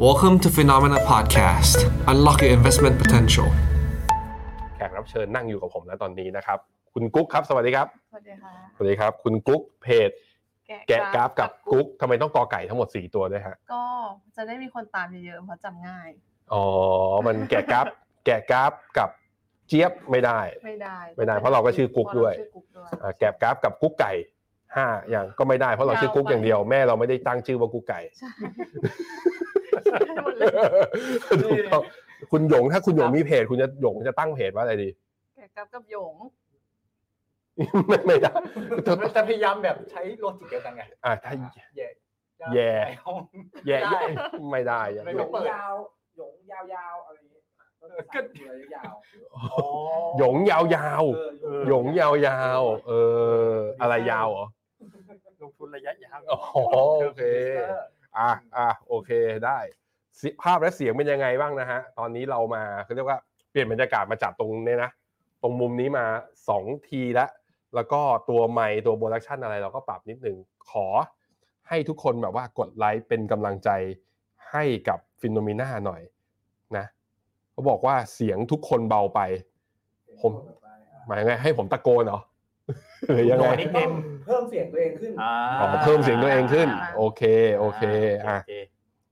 Welcome to Phenomena Podcast Unlock your investment potential แขกรับเชิญนั่งอยู่กับผมนะตอนนี้นะครับ คุณกุ๊กครับ สวัสดีครับ สวัสดีค่ะ สวัสดีครับ คุณกุ๊กเพจ แกะกราฟกับกุ๊กทำไมต้องกอไก่ทั้งหมด 4 ตัวด้วยฮะ ก็จะได้มีคนตามเยอะๆเพราะจำง่าย อ๋อ มันแกะกราฟ แกะกราฟกับเจี๊ยบไม่ได้ ไม่ได้ ไม่ได้เพราะเราก็ชื่อกุ๊กด้วย เพราะเราชื่อกุ๊กด้วย อ่าแกะกราฟกับกุ๊กไก่ห้าอย่างก็ไม่ได้เพราะเราชื่อกุ๊กอย่างเดียวแม่เราไม่ได้ตั้งชื่อว่ากุ๊กไก่ ใช่ใช่หมดเลย ถูกต้องคุณหยงถ้าคุณหยงมีเพจ คุณจะหยงจะตั้งเพจว่าอะไรดี แกะกราฟกับหยง ไม่ไม่ได้ แต่แต่พยายามแบบใช้โลจิกเดียวกันไง อ่าถ้า À, แย่ แย่ ไอ้ห้อง แย่แย่ไม่ได้อ่ะ ไม่ หย ได้ งยาวหยงยาวๆอะไรอย่างเงี้ยก็เดือยาว หยงยาวๆ เออ หยงยาวๆ เออ อะไรยาวเหรอ ลงทุนระยะยาว อ๋อโอเค อ่ะอ่ะโอเคได้สิภาพและเสียงเป็นยังไงบ้างนะฮะ ตอนนี้เรามาเขาเรียกว่าเปลี่ยนบรรยากาศมาจับตรงเนี้ยนะ ตรงมุมนี้มาสองทีละแล้วก็ตัวไมค์ตัวโปรดักชันอะไรเราก็ปรับนิดนึง ขอให้ทุกคนแบบว่ากดไลค์เป็นกำลังใจให้กับฟิโนเมนาหน่อยนะเขาบอกว่าเสียงทุกคนเบาไป ผม หมายยังไงให้ผมตะโกนเหรอ หรือยังไง เพิ่มเพิ่มเสียงตัวเองขึ้น อ๋อเพิ่มเสียงตัวเองขึ้น À, โอเคโอเคอ่ะ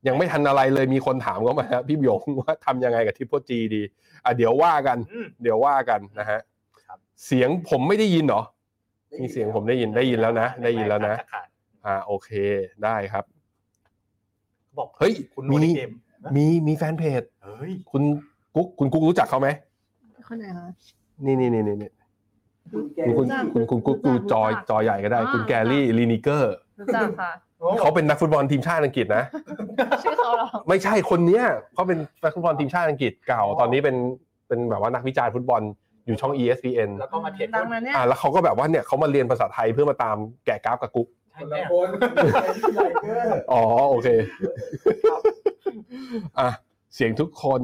ยังไม่ทันอะไรเลยมีคนถามเข้ามาฮะพี่หยงว่าทำยังไงกับทิปโปจีดีอ่ะเดี๋ยวว่ากัน อืม เดี๋ยวว่ากันนะฮะ ครับ เสียงผมไม่ได้ยินเหรอ มีเสียงผมได้ยินได้ยินแล้วนะ ได้ยินแล้วนะ ขาด อ่าโอเคได้ครับ บอก เฮ้ย คุณ มี โนนิเกม มีมีแฟนเพจ เฮ้ย คุณกุ๊กคุณกุ๊กรู้จักเขาไหม คนไหนคะ นี่นี่นี่นี่นี่ คุณแก คุณคุณคุณกุ๊กดูจอจอใหญ่ก็ได้ คุณแกรี่ลีนิเกอร์ รู้จักค่ะ เขาเป็นนักฟุตบอลทีมชาติอังกฤษนะ ชื่อเขาเหรอ ไม่ใช่คนเนี้ยเขาเป็นนักฟุตบอลทีมชาติอังกฤษเก่า ตอนนี้เป็นเป็นแบบว่านักวิจารณ์ฟุตบอลอยู่ช่อง ESPN แล้วก็มาเทรด ดั หุ้ ง น นั้นเนี่ย อ่าแล้วเขาก็แบบว่าเนี่ยเขามาเรียนภาษาไทยเพื่อมาตามแกะกราฟกับกุ๊ก ค ใช่ น ไหม ละคนคุณแกรี่ไลเกอร์ อ๋อโอเค อ่ะเสียงทุกคน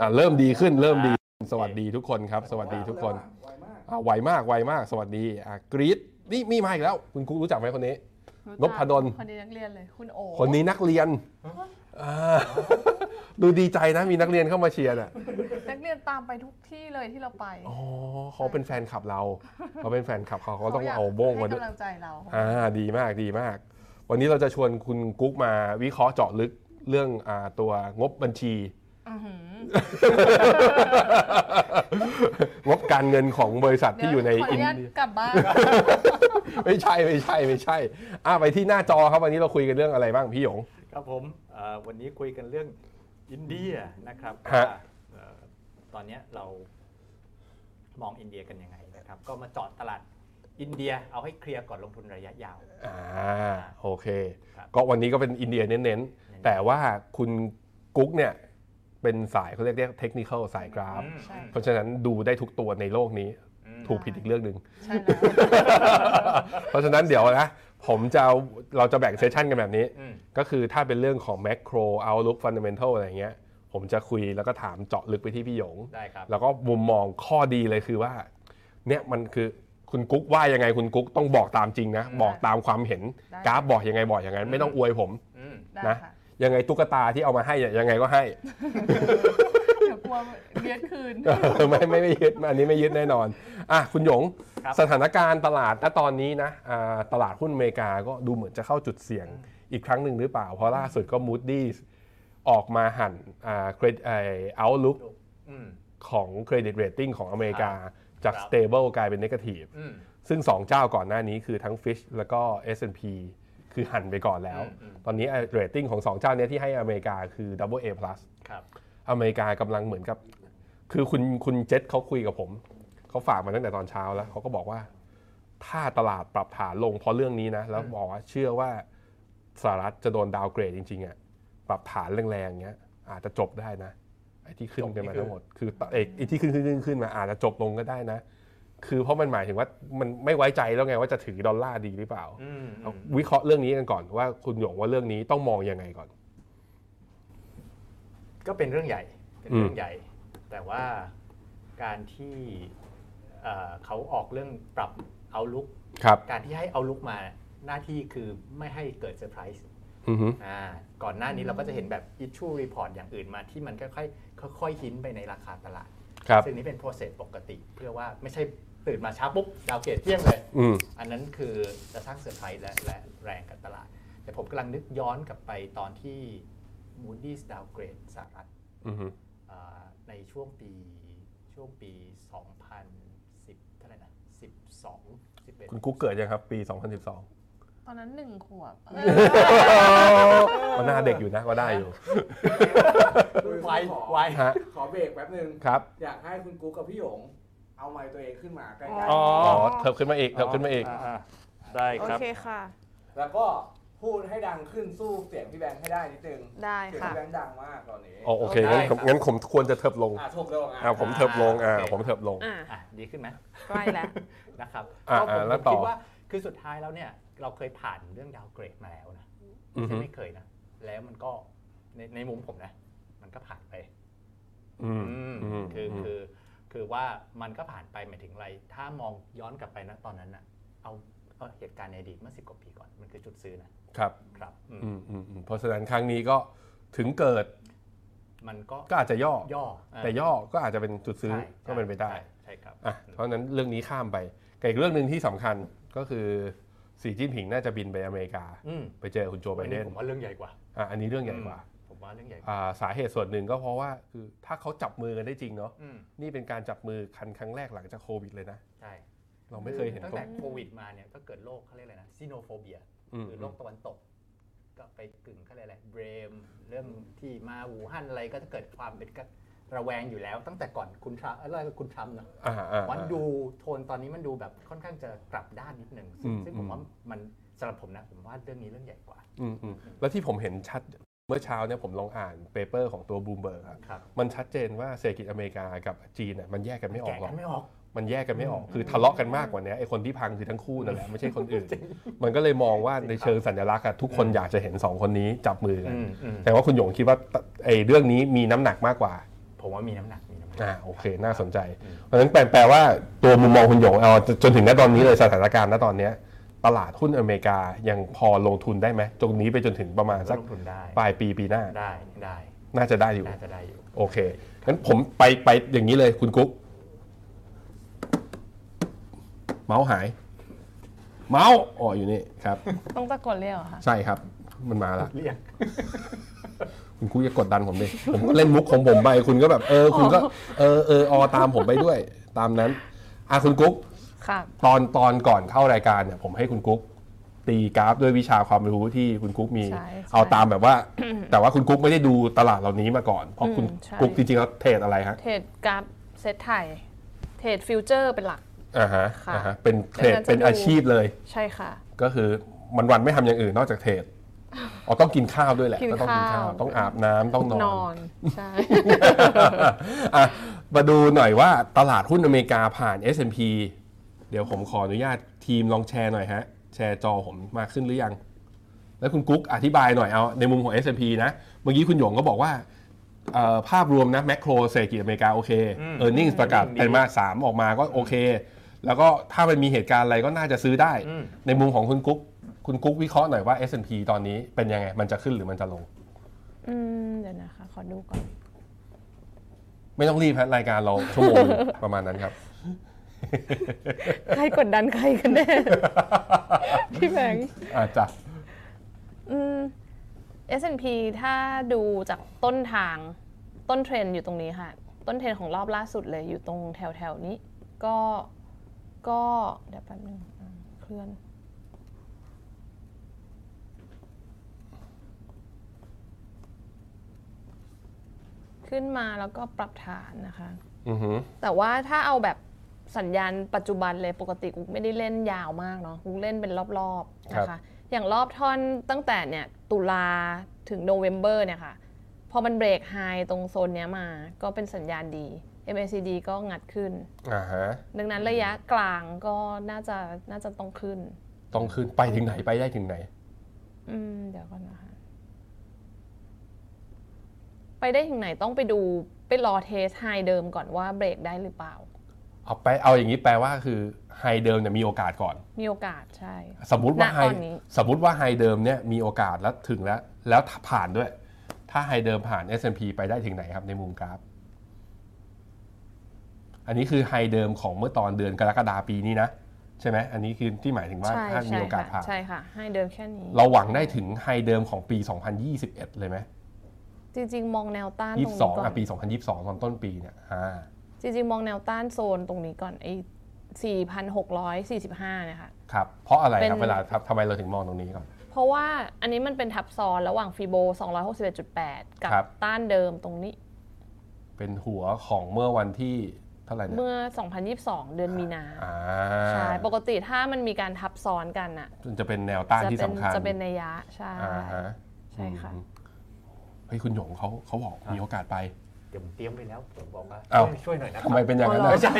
อ่ะเริ่มดีขึ้นเริ่มดีสวัสดีทุกคนครับ สวัสดีทุกคน ไวมาก อ่ะไวมากไวมาก สวัสดีอ่ะกรี๊ดนี่มีมาอีกแล้ว คุณกุ๊กรู้จักไหมคนนี้ รู้จัก นพดล คนนี้นักเรียนเลยคุณโอ คนนี้นักเรียนอ่า ดูดีใจนะมีนักเรียนเข้ามาเชียร์น่ะ นักเรียนตามไปทุกที่เลยที่เราไป อ๋อเขาเป็นแฟนคลับเรา เขาเป็นแฟนคลับเขาเขาต้องเอาโบ้งมาด้ ด้ ว วย ยกำลังใจเรา อ่าดีมากดีมาก วันนี้เราจะชวนคุณกุ๊กมาวิเคราะห์เจาะลึกเรื่องอ่าตัวงบบัญชี อื้อหือง บการเงินของบริษัทที่อยู่ใน เดี๋วขอ อิ อน นุญาต เดีย กลับบ้าน ไม่ใช่ไม่ใช่ไม่ใช่อ่าไปที่หน้าจอครับวันนี้เราคุยกันเรื่องอะไรบ้างพี่หยง ครับผมเอ่อวันนี้คุยกันเรื่องอินเดียนะครับ ฮะ ว่าเอ่อตอนเนี้ยเรามองอินเดียกันยังไงนะครับ ก็มาเจอดตลาดอินเดียเอาให้เคลียร์ก่อนลงทุนระยะยาว อ่าโอเค ครับ ก็วันนี้ก็เป็นอินเดียเน้นๆ แต่ว่าคุณกุ๊กเนี่ยเป็นสายเขาเรียกเรียกเทคนิคสายกราฟ อืม ใช่ เพราะฉะนั้นดูได้ทุกตัวในโลกนี้ อืม ถูกผิดอีกเรื่องหนึ่ง ใช่แล้ว เพราะฉะนั้นเดี๋ยวนะ ผมจะเอาเราจะแบ่งเซสชันกันแบบนี้ อืม ก็คือถ้าเป็นเรื่องของแม c r o outlook fundamental อะไรเงี้ย ผมจะคุยแล้วก็ถามเจาะลึกไปที่พี่หยง ได้ครับ แล้วก็มุมมองข้อดีเลยคือว่า เนี่ยมันคือคุณกุ๊กว่ายังไงคุณกุ๊กต้องบอกตามจริงนะ อืม บอกตามความเห็น ได้ กราฟบอกยังไงบอกอย่างนั้นไม่ต้องอวยผม อืม ได้ นะ ค่ะ ยังไงตุ๊กตาที่เอามาให้เนี่ยยังไงก็ให้ เดี๋ยวกลัวเรียนคืน เอ อไม่ไม่ไม่ยึดอันนี้ไม่ยึดแน่นอนอ่ะคุณหยง ครับ สถานการณ์ตลาดณตอนนี้นะอ่าตลาดหุ้นอเมริกาก็ดูเหมือนจะเข้าจุดเสี่ยงอีกครั้งหนึ่งหรือเปล่า เพราะล่าสุดก็ Moody's ออกมาหันอ่าเครดิตไอเอาลุก อืม ของเครดิตเรตติ้งของอเมริกา จาก ครับ Stable กลายเป็น Negative อืม ซึ่ง 2 เจ้าก่อนหน้านี้คือทั้ง Fish แล้วก็ S&P คือหันไปก่อนแล้ว อืมอืม ตอนนี้เรตติ้งของ 2 เจ้าเนี้ยที่ให้อเมริกาคือ Double A plus ครับ อเมริกากำลังเหมือนกับ คือคุณคุณเจษเขาคุยกับผม เขาฝากมาตั้งแต่ตอนเช้าแล้วเขาก็บอกว่า ถ้าตลาดปรับฐานลงเพราะเรื่องนี้นะ แล้วบอกว่าเชื่อว่าสหรัฐจะโดนดาวน์เกรดจริงๆอะปรับฐานแรงๆเงี้ย อาจจะจบได้นะไอ้ที่ขึ้นกันมาทั้งหมดคือเอกไอ้ที่ขึ้นขึ้นขึ้นขึ้นมาอาจจะจบลงก็ได้นะ คือเพราะมันหมายถึงว่ามันไม่ไว้ใจแล้วไงว่าจะถือดอลลาร์ดีหรือเปล่า อืมอื เอา ม วิเคราะห์เรื่องนี้กันก่อนว่าคุณหยงว่าเรื่องนี้ต้องมองยังไงก่อน ก็เป็นเรื่องใหญ่ เป็นเรื่องใหญ่ แต่ว่าการที่เอ่อเขาออกเรื่องปรับเอาลุก ครับ การที่ให้เอาลุกมาหน้าที่คือไม่ให้เกิดเซอร์ไพรส์ อือฮึ อ่าก่อนหน้านี้เราก็จะเห็นแบบ issue report อย่างอื่นมาที่มันค่อยๆค่อยๆหินไปในราคาตลาด ครับ ซึ่งนี่เป็น process ปกติ เพื่อว่าไม่ใช่ตื่นมาเช้าปุ๊บ ดาวเกตเที่ยงเลย อืม อันนั้นคือจะสร้างเซอร์ไพรส์และและแรงกับตลาด แต่ผมกำลังนึกย้อนกลับไปตอนที่ Moody's downgrade สหรัฐ อือฮึ อ่าในช่วงปีช่วงปี 2010เท่าไหร่นะ 12 11 คุณกุ๊กเกิดยังครับ ปี 2012 ตอนนั้นหนึ่งขวบ ก็หน้าเด็กอยู่นะก็ได้อยู่ ไวไว ฮะ ขอเบรกแป๊บนึง ครับ อยากให้คุณกุ๊กกับพี่หยง เอาไมค์ตัวเองขึ้นมาใกล้ อ๋อ อ๋อเทิบขึ้นมาอีกเทิบขึ้นมาอีก าได้ โอ ครับ เคค่ะ ๆแล้วก็พูดให้ดังขึ้นสู้เสียงพี่แบงค์ให้ได้นิดนึง ได้ เสียง ค่ะ พี่แบงค์ดังมากตอนนี้ อ๋อโอเคงั้น ได้ครับ งั้นผมควรจะเทิบลง อ่ะถูกแล้วอ่ะ อ่าผมเทิบลงอ่า โอเค ผมเทิบลง อ่า อ่ะดีขึ้นไหม ใกล้แล้ว นะครับ อ่า ก็ผม อ่าแล้ว ผม ต่อ คิดว่าคือสุดท้ายแล้วเนี่ยเราเคยผ่านเรื่องดาวเกรดมาแล้วนะ อือฮึ ใช่ไม่เคยนะ แล้วมันก็ในในมุมผมนะ มันก็ผ่านไป อืม อืมคือ ม คือคือว่ามันก็ผ่านไปหมายถึงอะไร ถ้ามองย้อนกลับไปนะตอนนั้นอะเอาเอาเหตุการณ์ในอดีตเมื่อสิบกว่าปีก่อนมันคือจุดซื้อนะครับ ครับอืม อืมอืมอืมเพราะฉะนั้นครั้งนี้ก็ถึงเกิด มันก็ ก็อาจจะย่อ ย่อ แต่ย่อก็อาจจะเป็นจุดซื้อ ใช่ ก็เป็นไปได้ ใช่ใช่ครับ อ่ะเพราะฉะนั้นเรื่องนี้ข้ามไปกับอีกเรื่องหนึ่งที่สำคัญก็คือสีจิ้นผิงน่าจะบินไปอเมริกา อืม ไปเจอคุณโจไบ อัน เด นี้ น ผมว่าเรื่องใหญ่กว่า อ่ะอันนี้เรื่องใหญ่กว่า ผมว่าเรื่องใหญ่กว่า อ่าสาเหตุส่วนหนึ่งก็เพราะว่าคือถ้าเขาจับมือกันได้จริงเนาะ อืม นี่เป็นการจับมือคันครั้งแรกหลังจากโควิดเลยนะ ใช่ เราไม่เคยเห็น ตั้ง เขา แต่โควิดมาเนี่ยก็เกิดโรคเขาเรียกอะไรนะซีโนโฟเบีย อืม คือโรคตะวันตก ก็ไปกึ่งเขาเรียกอะไรเบรม เรื่องที่มาอู่ฮั่นอะไรก็จะเกิดความเป็นก็ระแวงอยู่แล้ว ตั้งแต่ก่อนคุณทรัมป์อะไรยกว่าคุณทรัมป์เนอะ อ่าอ่า วัน อ่า ดูโทนตอนนี้มันดูแบบค่อนข้างจะกลับด้านนิดหนึ่งซึ่ง อืม ซึ่งผม อืม ว่ามันสำหรับผมนะ ผมว่าเรื่องนี้เรื่องใหญ่กว่า อืมอืมแล้วที่ผมเห็นชัดเมื่อเช้าเนี่ยผมลองอ่านเปเปอร์ของตัวบูมเบิร์กอะ ครับ มันชัดเจนว่าเศรษฐกิจอเมริกากับจีนน่ะมันแยกกันไม่ออกหแกะรอ กั ก นไม่ออก มันแยกกันไม่ออก คือทะเลาะกันมากกว่านี้ไอ้คนที่พังคือทั้งคู่นั่ นแหละไม่ใช่คนอื่น มันก็เลยมองว่าในเชิงสัญลักษณ์อะทุกคน อืม อยากจะเห็นสองคนนี้จับมือกัน อืมอืม แต่ว่าคุณหยงคิดว่าไอ้เรื่องนี้มีน้ำหนักมากกว่า ผมว่ามีน้ำหนักมีน้ำหนัก อ่าโอเค น่าสนใจ อืม เพราะฉะนั้นแปลแปลว่าตัวมุมมองคุณหยงเอาจจนถึงณตอนนี้เลยสถานการณ์ณตอนเนี้ยตลาดหุ้นอเมริกายังพอลงทุนได้ไหมตรงนี้ไปจนถึงประมาณสัก ลงทุนได้ ปลายปีปีหน้า ได้ได้ น่าจะได้อยู่ น่าจะได้อยู่ โอเค งั้นผมไปไปอย่างนี้เลยคุณกุ๊ก เมาส์หาย เมาส์อ๋ออยู่นี่ครับ ต้องตะโกนเรียกเหรอคะ ใช่ครับ มันมาละ เรียก คุณกุ๊กอย่ากดดันผมดิผมก็เล่นมุกของผมไปคุณก็แบบ เออคุณก็เออเออออตามผมไปด้วย ตามนั้นอ่ะคุณกุ๊ก ค่ะ ตอนตอนก่อนเข้ารายการเนี่ยผมให้คุณกุ๊กตีกราฟด้วยวิชาความรู้ที่คุณกุ๊กมี ใช่ใช่ เอาตามแบบว่า แต่ว่าคุณกุ๊กไม่ได้ดูตลาดเหล่านี้มาก่อน เพราะคุณ อืมใช่ กุ๊กจริงๆแล้วเทรดอะไรฮะ เทรดกราฟเซตไทยเทรดฟิวเจอร์เป็นหลัก อ่าฮะ ค่ะ อ่าฮะเป็นเทรด ดังนั้นจะ เป็นอาชีพเลย ใช่ค่ะ ก็คือมันวันๆไม่ทำอย่างอื่นนอกจากเทรดอ๋อต้องกินข้าวด้วยแหละ กิน ก็ต้องกินข้าว ข้าว ต้องอาบน้ำต้องนอน นอนใช่ อ่ะมาดูหน่อยว่าตลาดหุ้นอเมริกาผ่าน S&P เดี๋ยวผมขออนุญาตทีมลองแชร์หน่อยฮะ แชร์จอผมมากขึ้นหรือยัง แล้วคุณกุ๊กอธิบายหน่อยเอาในมุมของ S&P นะ เมื่อกี้คุณหยงก็บอกว่าเอ่อภาพรวมนะแมกโครเศรษฐกิจอเมริกาโอเค อืม เออร์เน็งประกาศ อืมดี ไตรมาสสามออกมาก็โอเค แล้วก็ถ้ามันมีเหตุการณ์อะไรก็น่าจะซื้อได้ อืม ในมุมของคุณกุ๊กคุณกุ๊กวิเคราะห์หน่อยว่า S&P ตอนนี้เป็นยังไงมันจะขึ้นหรือมันจะลง อืม เดี๋ยวนะคะ ขอดูก่อน ไม่ต้องรีบฮะรายการเราชั่วโมงห นึ่ง ประมาณนั้นครับ ใครกดดันใครกัน แน่ พี่แบงค์ อาจจะ อืม S&P ถ้าดูจากต้นทางต้นเทรนด์อยู่ตรงนี้ค่ะ ต้นเทรนด์ของรอบล่าสุดเลยอยู่ตรงแถวแถวๆนี้ ก็ก็เดี๋ยวแป๊บนึงอ่าเคลื่อน ขึ้นมาแล้วก็ปรับฐานนะคะ อือหือ แต่ว่าถ้าเอาแบบสัญญาณปัจจุบันเลยปกติกูไม่ได้เล่นยาวมากเนาะกูเล่นเป็นรอบๆนะ ครั คะ บ อย่างรอบท่อนตั้งแต่เนี่ยตุลาถึงโนเวม ber เนี่ยค่ะ พอมันเบรกไฮตรงโซนเนี้ยมาก็เป็นสัญญาณดี MACD ก็งัดขึ้น อ่าฮะ ดังนั้นระยะกลางก็น่าจะน่าจะต้องขึ้น ต้องขึ้นไปถึงไหนไปได้ถึงไหน อืม เดี๋ยวก่อนนะคะ ไปได้ถึงไหนต้องไปดูไปรอเทสไฮเดิมก่อนว่าเบรกได้หรือเปล่า เอาไปเอาอย่างนี้แปลว่าคือไฮเดิมเนี่ยมีโอกาสก่อน มีโอกาสใช่ สมมติว่าไฮ ณตอนนี้ สมมติว่าไฮเดิมเนี่ยมีโอกาสแล้วถึงแล้ว แล้วผ่านด้วย ถ้าไฮเดิมผ่าน S&P ไปได้ถึงไหนครับในมุมกราฟ อันนี้คือไฮเดิมของเมื่อตอนเดือนกรกฎาปีนี้นะ ใช่ไหมอันนี้คือที่หมายถึงว่า ใช่ ถ้ามี ใช่ โอกาส ค่ะ ผ่าน ใช่ค่ะ ให้เดินแค่นี้ เราหวังได้ถึงไฮเดิมของปี 2021 เลยไหม จริง ๆ มองแนวต้านตรงนี้ 22 ก่อ อ่ะ น ปี 2022 ตอนต้นปีเนี่ยอ่า จริง ๆ มองแนวต้านโซนตรงนี้ก่อนไอ้4,645เนี่ยค่ะ ครับเพราะอะไร เป็ ครับ น เวลาทำไมเราถึงมองตรงนี้ก่อน เพราะว่าอันนี้มันเป็นทับซ้อนระหว่างฟีโบ 261.8 กับ ครับ ต้านเดิมตรงนี้ เป็นหัวของเมื่อวันที่เท่าไหร่เนี่ย เมื่อ 2022 เดือนมีนา อ่า ใช่ปกติถ้ามันมีการทับซ้อนกันน่ะ มันจะเป็นแนวต้าน จะ ที่ เป็น สำคัญ จะเป็นนัยยะใช่ อ่าฮะ ใช่ค่ะ อืมเฮ้ยคุณหยงเขาเขาบอกมีโอกาสไป เดี๋ยวผมเตรียมไปแล้วผมบอกว่า อ้าว ช่วยช่วยหน่อยนะครั ทำ บ ไมเป็นอย่างนั้น ไม่ อ่ะ ใช่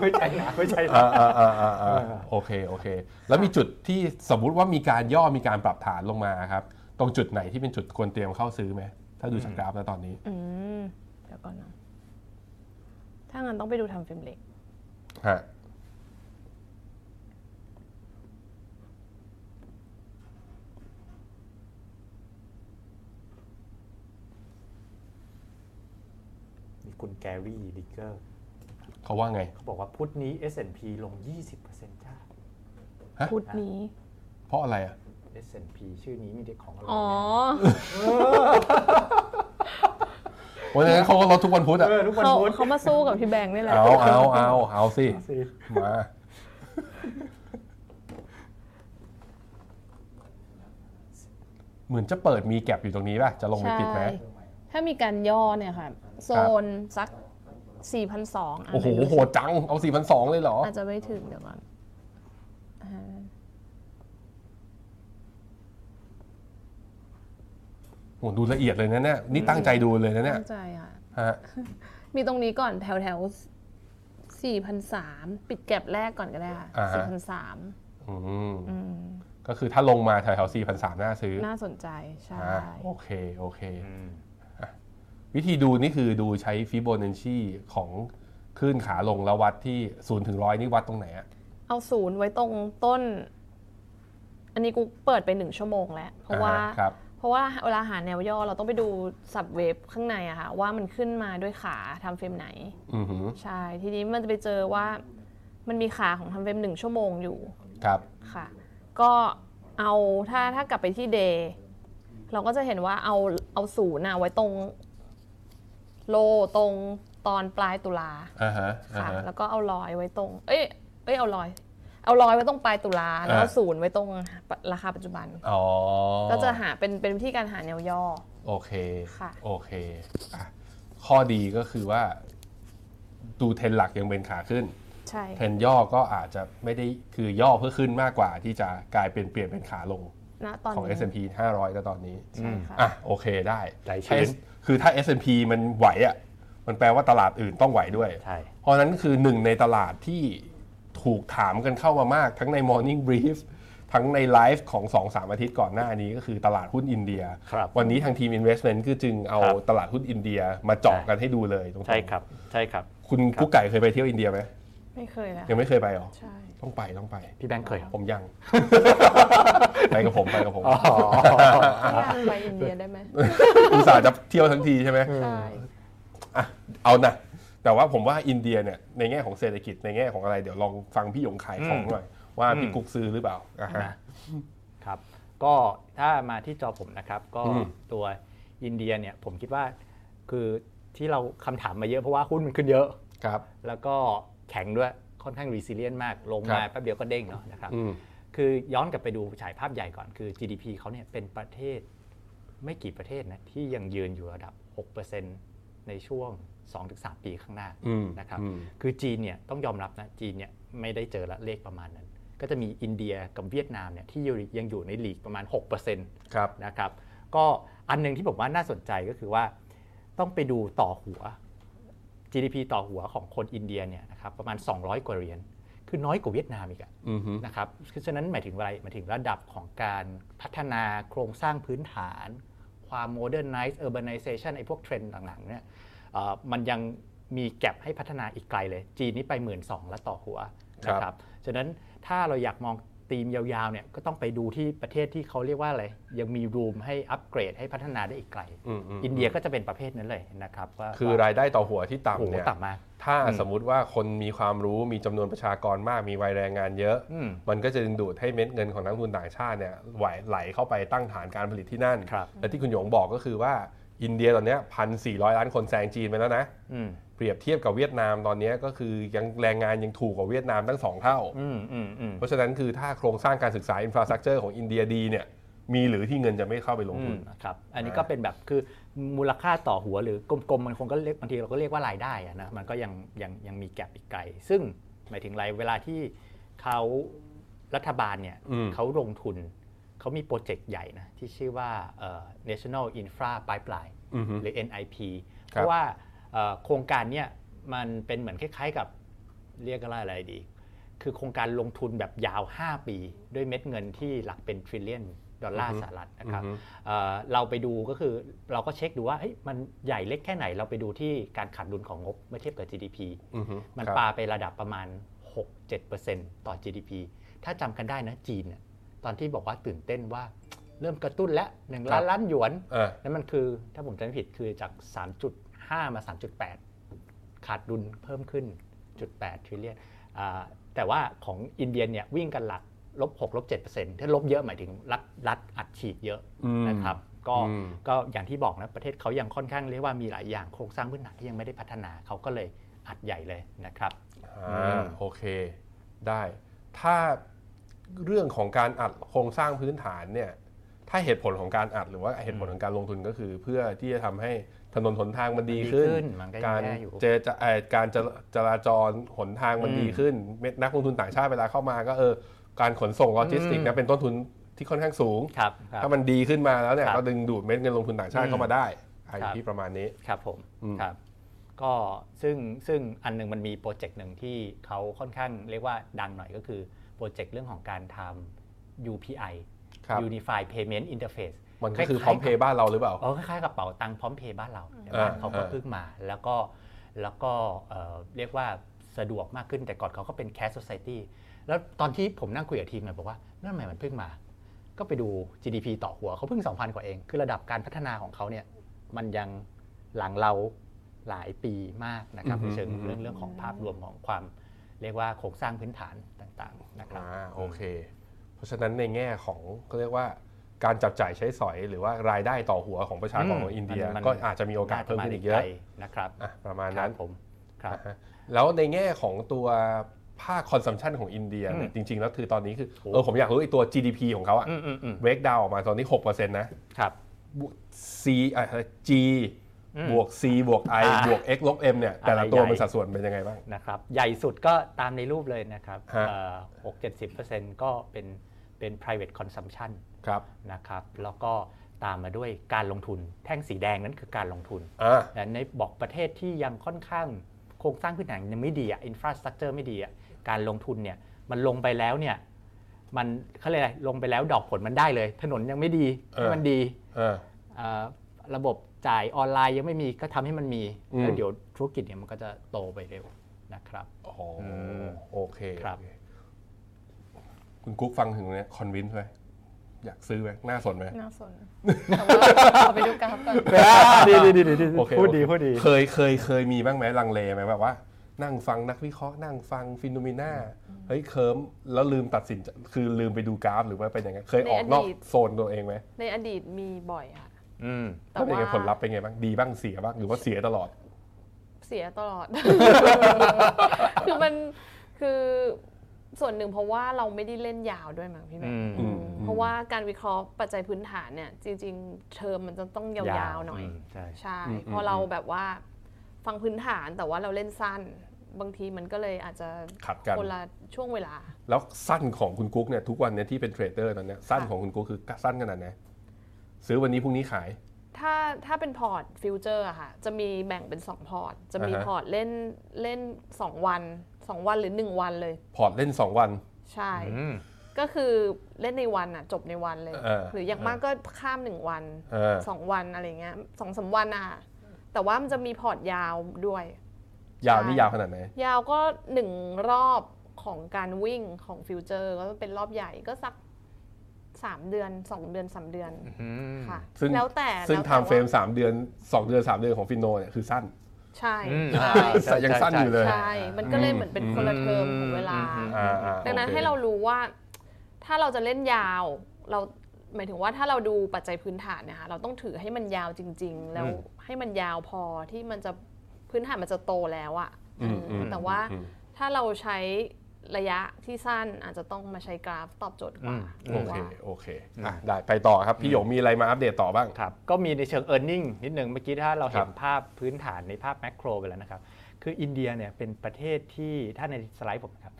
ไม่ใช่นะไม่ใช่นะ อ่าอ่าอ่าอ่าอ่าโอเคโอเค แล้วมีจุดที่สมมุติว่ามีการย่อมีการปรับฐานลงมาครับ ตรงจุดไหนที่เป็นจุดควรเตรียมเข้าซื้อไหม ถ้าดูจากกราฟแล้วตอนนี้ อืมเดี๋ยวก่อนนะถ้างั้นต้องไปดูทำฟิล์มเล็ก ฮะ มีคุณแกรี่ดิเกอร์ เขาว่าไง เขาบอกว่าพุธนี้ S&P ลง 20%จ้า พุธนี้ เพราะอะไรอ่ะ S&P ชื่อนี้มีเด็กของอะไรอย อ๋อ แน่ วันนั้นเขาก็ลดทุกวันพุธอ่ะ เออทุกคน เขา พุธ เขามาสู้กับพี่แบงค์นี่แหละ เอาเอาเอาเอาสิ สิ มา เหมือนจะเปิดมีแก็บอยู่ตรงนี้ป่ะ จะลงไปปิดไหม ใช่ ถ้ามีการย่อเนี่ยค่ะ โซนสัก 4,200ะ โอ้โห ไม่รู้ โหดจัง เอา 4 2 0 0 เลยเหรอ อาจจะไม่ถึงเดี๋ยวก่อนอ่า โหดูละเอียดเลยนะเนี่ย นี่ตั้งใจดูเลยนะเนี่ย เข้าใจค่ะ ฮะ มีตรงนี้ก่อนแถวแถว4,003ปิดแก็บแรกก่อนก็ได้ค่ะ4,003 อืม อืม ก็คือถ้าลงมาแถวๆ4 3 0 0 น่าซื้อ น่าสนใจ ใช่ อ่ะโอเค โอเค วิธีดูนี่คือดูใช้ฟิโบนัชชีของคลื่นขาลงแล้ววัดที่0ถึง100 นี่วัดตรงไหนอะ เอาศูนย์ไว้ตรงต้น อันนี้กูเปิดไปหนึ่งชั่วโมงแล้ว เพราะว่า อ่ฮครับ เพราะว่าเวลาหาแนวย่อเราต้องไปดูสับเวฟข้างในอะค่ะ ว่ามันขึ้นมาด้วยขาทำเฟรมไหน อือหือ ใช่ ทีนี้มันจะไปเจอว่ามันมีขาของทำเฟรมหนึ่งชั่วโมงอยู่ ครับ ค่ะ ก็เอาถ้าถ้ากลับไปที่เดย์เราก็จะเห็นว่าเอาเอาศูนย์อะไว้ตรง โลตรงตอนปลายตุลา อ่าฮะอ่า ค่ะ ฮะ แล้วก็เอาลอยไว้ตรง เอ้ยเอ้ยเอาลอย เอาลอยไว้ตรงปลายตุลาแล้วเอา อ่า ศูนย์ไว้ตรงราคาปัจจุบัน อ๋อ ก็จะหาเป็นเป็นวิธีการหาแนวย่อ โอเค ค่ะ โอเคอ่ะข้อดีก็คือว่า ดูเทรนด์หลักยังเป็นขาขึ้น ใช่ เทรนด์ย่อก็อาจจะไม่ได้คือย่อเพื่อขึ้นมากกว่าที่จะกลายเป็นเปลี่ยนเป็นขาลง ณตอน ของ นี้ S&P 500ก็ตอนนี้ ใช่ค่ะ อ่ะ โอเคได้ ใจชื้ ถ้าน คือถ้า S&P มันไหวอ่ะ มันแปลว่าตลาดอื่นต้องไหวด้วย ใช่ เพราะนั้นคือหนึ่งในตลาดที่ถูกถามกันเข้ามามาก ทั้งใน Morning Brief ทั้งในไลฟ์ของ 2-3 อาทิตย์ก่อนหน้านี้ก็คือตลาดหุ้นอินเดีย ครับ วันนี้ทางทีม Investment ก็จึงเอา ครับ ตลาดหุ้นอินเดียมาเจาะ ใช่ กันให้ดูเลยตรงๆ ใช่ครับ ใช่ครับ คุณ ครับ กุ๊กไก่เคยไปเที่ยวอินเดียไหม ไม่เคยแล้ว ยังไม่เคยไปหรอ ใช่ ต้องไปต้องไป พี่แบงค์เคยเหรอ ผม ยัง ไปกับผมไปกับผม อ๋อ ไม่อยากไปอินเดียได้ไหม อุตส่าห์จะเที่ยวทั้งทีใช่ไหม ใช่ อ่ะเอานะแต่ว่าผมว่าอินเดียเนี่ยในแง่ของเศรษฐกิจในแง่ของอะไรเดี๋ยวลองฟังพี่หยงขายของหน่อย ว่าพี่กุ๊กซื้อหรือเปล่าอ่ะฮะ ครับ ก็ถ้ามาที่จอผมนะครับ ก็ อืม ตัวอินเดียเนี่ยผมคิดว่าคือที่เราคำถามมาเยอะเพราะว่าหุ้นมันขึ้นเยอะ ครับ แล้วก็แข็งด้วยค่อนข้างรีซิเลียนมากลงมา ครับ แป๊บเดียวก็เด้งเนาะนะครับ อืม คือย้อนกลับไปดูฉายภาพใหญ่ก่อนคือ GDP เขาเนี่ยเป็นประเทศไม่กี่ประเทศนะที่ยังยืนอยู่ระดับ 6%ในช่วง 2-3 ปีข้างหน้า อืม นะครับ อืม คือจีนเนี่ยต้องยอมรับนะจีนเนี่ยไม่ได้เจอละเลขประมาณนั้น ก็จะมีอินเดียกับเวียดนามเนี่ยที่อยู่ยังอยู่ในหลีกประมาณ 6% ครับ นะครับก็อันหนึงที่ผมว่าน่าสนใจก็คือว่าต้องไปดูต่อหัว GDP ต่อหัวของคนอินเดียเนี่ยนะครับประมาณ 200 กว่าเหรียญคือน้อยกว่าเวียดนามอีกอะ อืมฮึ นะครับคือฉะนั้นหมายถึงอะไรหมายถึงระดับของการพัฒนาโครงสร้างพื้นฐาน ความโมเดิร์นไนซ์เออร์บ i นไนเซชันไอ้พวกเทรนด์ต่างๆเนี่ยเอ่อมันยัง มีแก็บให้พัฒนาอีกไกลเลย จีนนี่ไป 1 2ื่นแล้วต่อหัว ครับ นะครับฉะนั้นถ้าเราอยากมองธีมยาวๆเนี่ยก็ต้องไปดูที่ประเทศที่เขาเรียกว่าอะไรยังมีรูมให้อัปเกรดให้พัฒนาได้อีกไกล มม อินเดียก็จะเป็นประเภทนั้นเลยนะครับว่า คือรายได้ต่อหัวที่ โอ้ ต่ำ โห เนี่ย ต่ำมาก ถ้า อืม สมมุติว่าคนมีความรู้มีจำนวนประชากรมากมีวัยแรงงานเยอะ อืม มันก็จะดึงดูดให้เม็ดเงินของนักลงทุนต่างชาติเนี่ยไหวไหลเข้าไปตั้งฐานการผลิตที่นั่น ครับ และที่คุณหยงบอกก็คือว่าอินเดียตอนเนี้พันสี่ร้อย1,400 ล้านคนแซงจีนไปแล้วนะ อืม เปรียบเทียบกับเวียดนามตอนเนี้ยก็คือยังแรงงานยังถูกกว่าเวียดนามตั้งสองเท่า อืมอืมอืม เพราะฉะนั้นคือถ้าโครงสร้างการศึกษาอินฟราสตรักเจอร์ของอินเดียดีเนี่ยมีหรือที่เงินจะไม่เข้าไปลง อื ทุ ม น ครับอันนี้ก็เป็นแบบคือมูลค่าต่อหัวหรือกลมๆมันคงก็เรียกบางทีเราก็เรียกว่ารายได้อะนะมันก็ยังยังยังมีแกลบอีกไกล ซึ่งหมายถึงไรเวลาที่เขารัฐบาลเนี่ย อืม เขาลงทุนเขามีโปรเจกต์ใหญ่นะที่ชื่อว่าเอ่อ National Infra Pipeline อือฮึ หรือ NIP ครับ เพราะว่าเอ่อโครงการเนี่ยมันเป็นเหมือนคล้ายๆกับเรียกกันว่าอะไรดี คือโครงการลงทุนแบบยาว 5 ปี ด้วยเม็ดเงินที่หลักเป็น t r i l l i o n ดอลลาร์สหรัฐนะครับ อือฮึ เอ่อเราไปดูก็คือเราก็เช็คดูว่าเฮ้ยมันใหญ่เล็กแค่ไหนเราไปดูที่การขาดดุลของงบเมื่อเทียบกับ GDP อือฮึ มัน ครับ ปาไประดับประมาณ 6-7%ต่อ GDP ถ้าจำกันได้นะจีนน่ะตอนที่บอกว่าตื่นเต้นว่าเริ่มกระตุ้นแล้วหนึ่งล้านล้านหยวน อ่ะ นั่นมันคือถ้าผมจำไม่ผิดคือจาก 3.5 มา 3.8 ขาดดุลเพิ่มขึ้น 0.8 ทริลเลียนแต่ว่าของอินเดียเนี่ยวิ่งกันหลักลบ6ลบ7ถ้าลบเยอะหมายถึงรัฐรัฐอัดฉีดเยอะ อืม นะครับก็ อืม ก็อย่างที่บอกนะ ประเทศเขายังค่อนข้างเรียกว่ามีหลายอย่างโครงสร้างพื้นฐานที่ยังไม่ได้พัฒนาเขาก็เลยอัดใหญ่เลยนะครับ อ่ อื าม โอเคได้ ถ้าเรื่องของการอัดโครงสร้างพื้นฐานเนี่ยถ้าเหตุผลของการอัดหรือว่าเหตุผลของการลงทุนก็คือ เพื่อที่จะทำให้ถนนหนทางมันดีขึ้น มันก็ยั การ งแย่อยู่ เจรจะเอ่อการจะจราจรหนทางมัน อืม ดีขึ้นเม็ดนักลงทุนต่างชาติเวลาเข้ามาก็เออการขนส่งโลจิสติกส์ อืม นะเป็นต้นทุนที่ค่อนข้างสูง ครับครับ ถ้ามันดีขึ้นมาแล้วเนี่ย ครับ ก็ดึงดูดเม็ดเงินลงทุนต่างชาติเข้ามาได้อ่ะอ ครั ยู่ บ ที่ประมาณนี้ ครับผม อืม ครับก็ซึ่งซึ่งอันหนึงมันมีโปรเจกต์หนึ่งที่เขาค่อนข้างเรียกว่าดังหน่อยก็คือโปรเจกต์เรื่องของการทำ UPI ครับ Unified Payment Interface มันก็คือ ค พร้อมล้ายๆกับ เพย์บ้านเราหรือเปล่า เออคล้ายๆกระเป๋าตังค์พร้อมเพย์บ้านเราแต่ อ่า บ้านเขาก็ อ่า เพิ่งมาแล้วก็แล้วก็เอ่อเรียกว่าสะดวกมากขึ้นแต่ก่อนเขาก็เป็นแคส s ซ c i ตี้แล้วตอนที่ผมนั่งคุยกับทีมเนี่ยบอกว่านั่นหมายมันเพิ่งมา ก็ไปดู GDP ต่อหัวเขาเพิ่ง 2,000 กว่าเอง คือระดับการพัฒนาของเขาเนี่ยมันยังหลังเราหลายปีมากนะครับในเชิงเรื่องเรื่องของภาพรวมของความเรียกว่าโครงสร้างพื้นฐานต่างๆนะครับ อ่าโอเค เพราะฉะนั้นในแง่ของก็เรียกว่าการจับจ่ายใช้สอย หรือว่ารายได้ต่อหัวของประชากรของอินเดีย มันมัน ก็อาจจะมีโอกาสเพิ่มขึ้นอีกเยอะ น่าจมาไกลนะครับ อ่ะประมาณ ครั นั้ บ น ผมครับ นะฮะแล้วในแง่ของตัวภาคคอนซัมชันของอินเดียเนี่ยจริง ๆ แล้วคือตอนนี้คือ โอ้ เออผมอยากรู้ไอ้ตัว GDP ของเขาอะ อืมอืมอืม เบรกดาวออกมาตอนนี้6%เปอร์เซ็นต์นะครับ บวก C อ่ะ G อืม บวก C บวก I อ่า บวก X ลบ M เนี่ยแต่ละ อะไร ตัว ใหญ่ มันสัดส่วนเป็นยังไงบ้าง นะครับใหญ่สุดก็ตามในรูปเลยนะครับ ฮะ หกเจ็ดสิบเปอร์เซ็นต์ก็เป็นเป็น private consumption ครับ นะครับแล้วก็ตามมาด้วยการลงทุน แท่งสีแดงนั้นคือการลงทุน อ่า แต่ในบอกประเทศที่ยังค่อนข้างโครงสร้างพื้นฐานยังไม่ดีอ่ะ infrastructure ไม่ดีอ่ะการลงทุนเนี่ยมันลงไปแล้วเนี่ยมันเขาเรียกอะไรลงไปแล้วดอกผลมันได้เลย ถนนยังไม่ดี เออ ให้มันดี อ่า เอ่อระบบจ่ายออนไลน์ยังไม่มีก็ทำให้มันมี อืม แล้วเดี๋ยวธุรกิจเนี่ยมันก็จะโตไปเร็วนะครับ อ๋ออ ม โอเค ครับ โอเค คุณกุ๊กฟังถึงตรงเนี้ยคอนวินไหมอยากซื้อไหมน่าสนไหม น่าสนแต่ว่าขอไปดูกราฟก่อน ดีดีดีดี โอเค พูด โอเค ดีพูดดี เคยเคยเคยมีบ้างไหมลังเลไหมแบบว่า นั่งฟังนักวิเคราะห์นั่งฟังฟิโนเมนาเฮ้ยเคิร์มแล้วลืมตัดสินใจคือลืมไปดูกราฟหรือว่าเป็นยังไงเคยออกนอก ในอดีต โซนตัวเองไหม ในอดีตมีบ่อยค่ะ อืม แต่ แล้วเป็นยังไง ว่า ผลลัพธ์เป็นไงบ้างดีบ้างเสียบ้างหรือว่าเสียตลอด เสียตลอด คือมันคือส่วนหนึ่งเพราะว่าเราไม่ได้เล่นยาวด้วยมั้งพี่แม่ อืม อืม อืม เพราะว่าการวิเคราะห์ปัจจัยพื้นฐานเนี่ยจริง ๆ เทอมมันจะต้องยาวๆหน่อย มใช่ ใช่ อืม พอเราแบบว่าฟังพื้นฐานแต่ว่าเราเล่นสั้น บางทีมันก็เลยอาจจะ ขัดกัน คนละช่วงเวลา แล้วสั้นของคุณกุ๊กเนี่ยทุกวันเนี่ยที่เป็นเทรดเดอร์ตอนเนี้ยสั้นขค่ะองคุณกุ๊กคือสั้นขนาดไหนซื้อวันนี้พรุ่งนี้ขาย ถ้าถ้าเป็นพอร์ตฟิวเจอร์อะค่ะ จะมีแบ่งเป็น 2 พอร์ต จะมี อ่าฮะ พอร์ตเล่นเล่น 2 วัน 2 วันหรือ 1 วันเลย พอร์ตเล่นสองวัน ใช่ ก็คือเล่นในวันอะจบในวันเลย เออ หรืออย่างมากก็ข้าม 1 วัน เออ 2 วันอะไรเงี้ยสองสามวันอะค่ะแต่ว่ามันจะมีพอร์ตยาวด้วย ยาวนี่ยาวขนาดไหน ยาวก็หนึ่งรอบของการวิ่งของฟิวเจอร์ก็เป็นรอบใหญ่ก็สักสามเดือนสองเดือนสามเดือน อืม ค่ะ ซึ่ง แล้วแต่ ซึ่ง แล้ว ไท แต่ ม์เฟรม ว่า สามเดือนสองเดือนสามเดือนของฟินโนเนี่ยคือสั้น ใช่ อืม ใช่ อ่า แต่ยังสั้นอยู่เลย ใช่ มันก็เลยเหมือนเป็นคนละเทอมของเวลา อืม อ่าอ่า ดังนั้น โอค ให้เรารู้ว่าถ้าเราจะเล่นยาวเราหมายถึงว่าถ้าเราดูปัจจัยพื้นฐานเนะคะเราต้องถือให้มันยาวจริง ๆ แล้ว อืม ให้มันยาวพอที่มันจะพื้นฐานมันจะโตแล้วอะ อืมอืม เออแต่ว่า อืม ถ้าเราใช้ระยะที่สั้นอาจจะต้องมาใช้กราฟตอบโจทย์กว่า โอเค ว่า โอเคอ่ะได้ไปต่อครับ พี่หยงมีอะไรมาอัปเดตต่อบ้าง ครับก็มีในเชิง e a r n i n g นิดนึงเมื่อกี้ถ้าเรา ครั เห็ บ นภาพพื้นฐานในภาพแมกโครไปแล้วนะครับ คืออินเดียเนี่ยเป็นประเทศที่ถ้าในสไลด์ผมนะครับ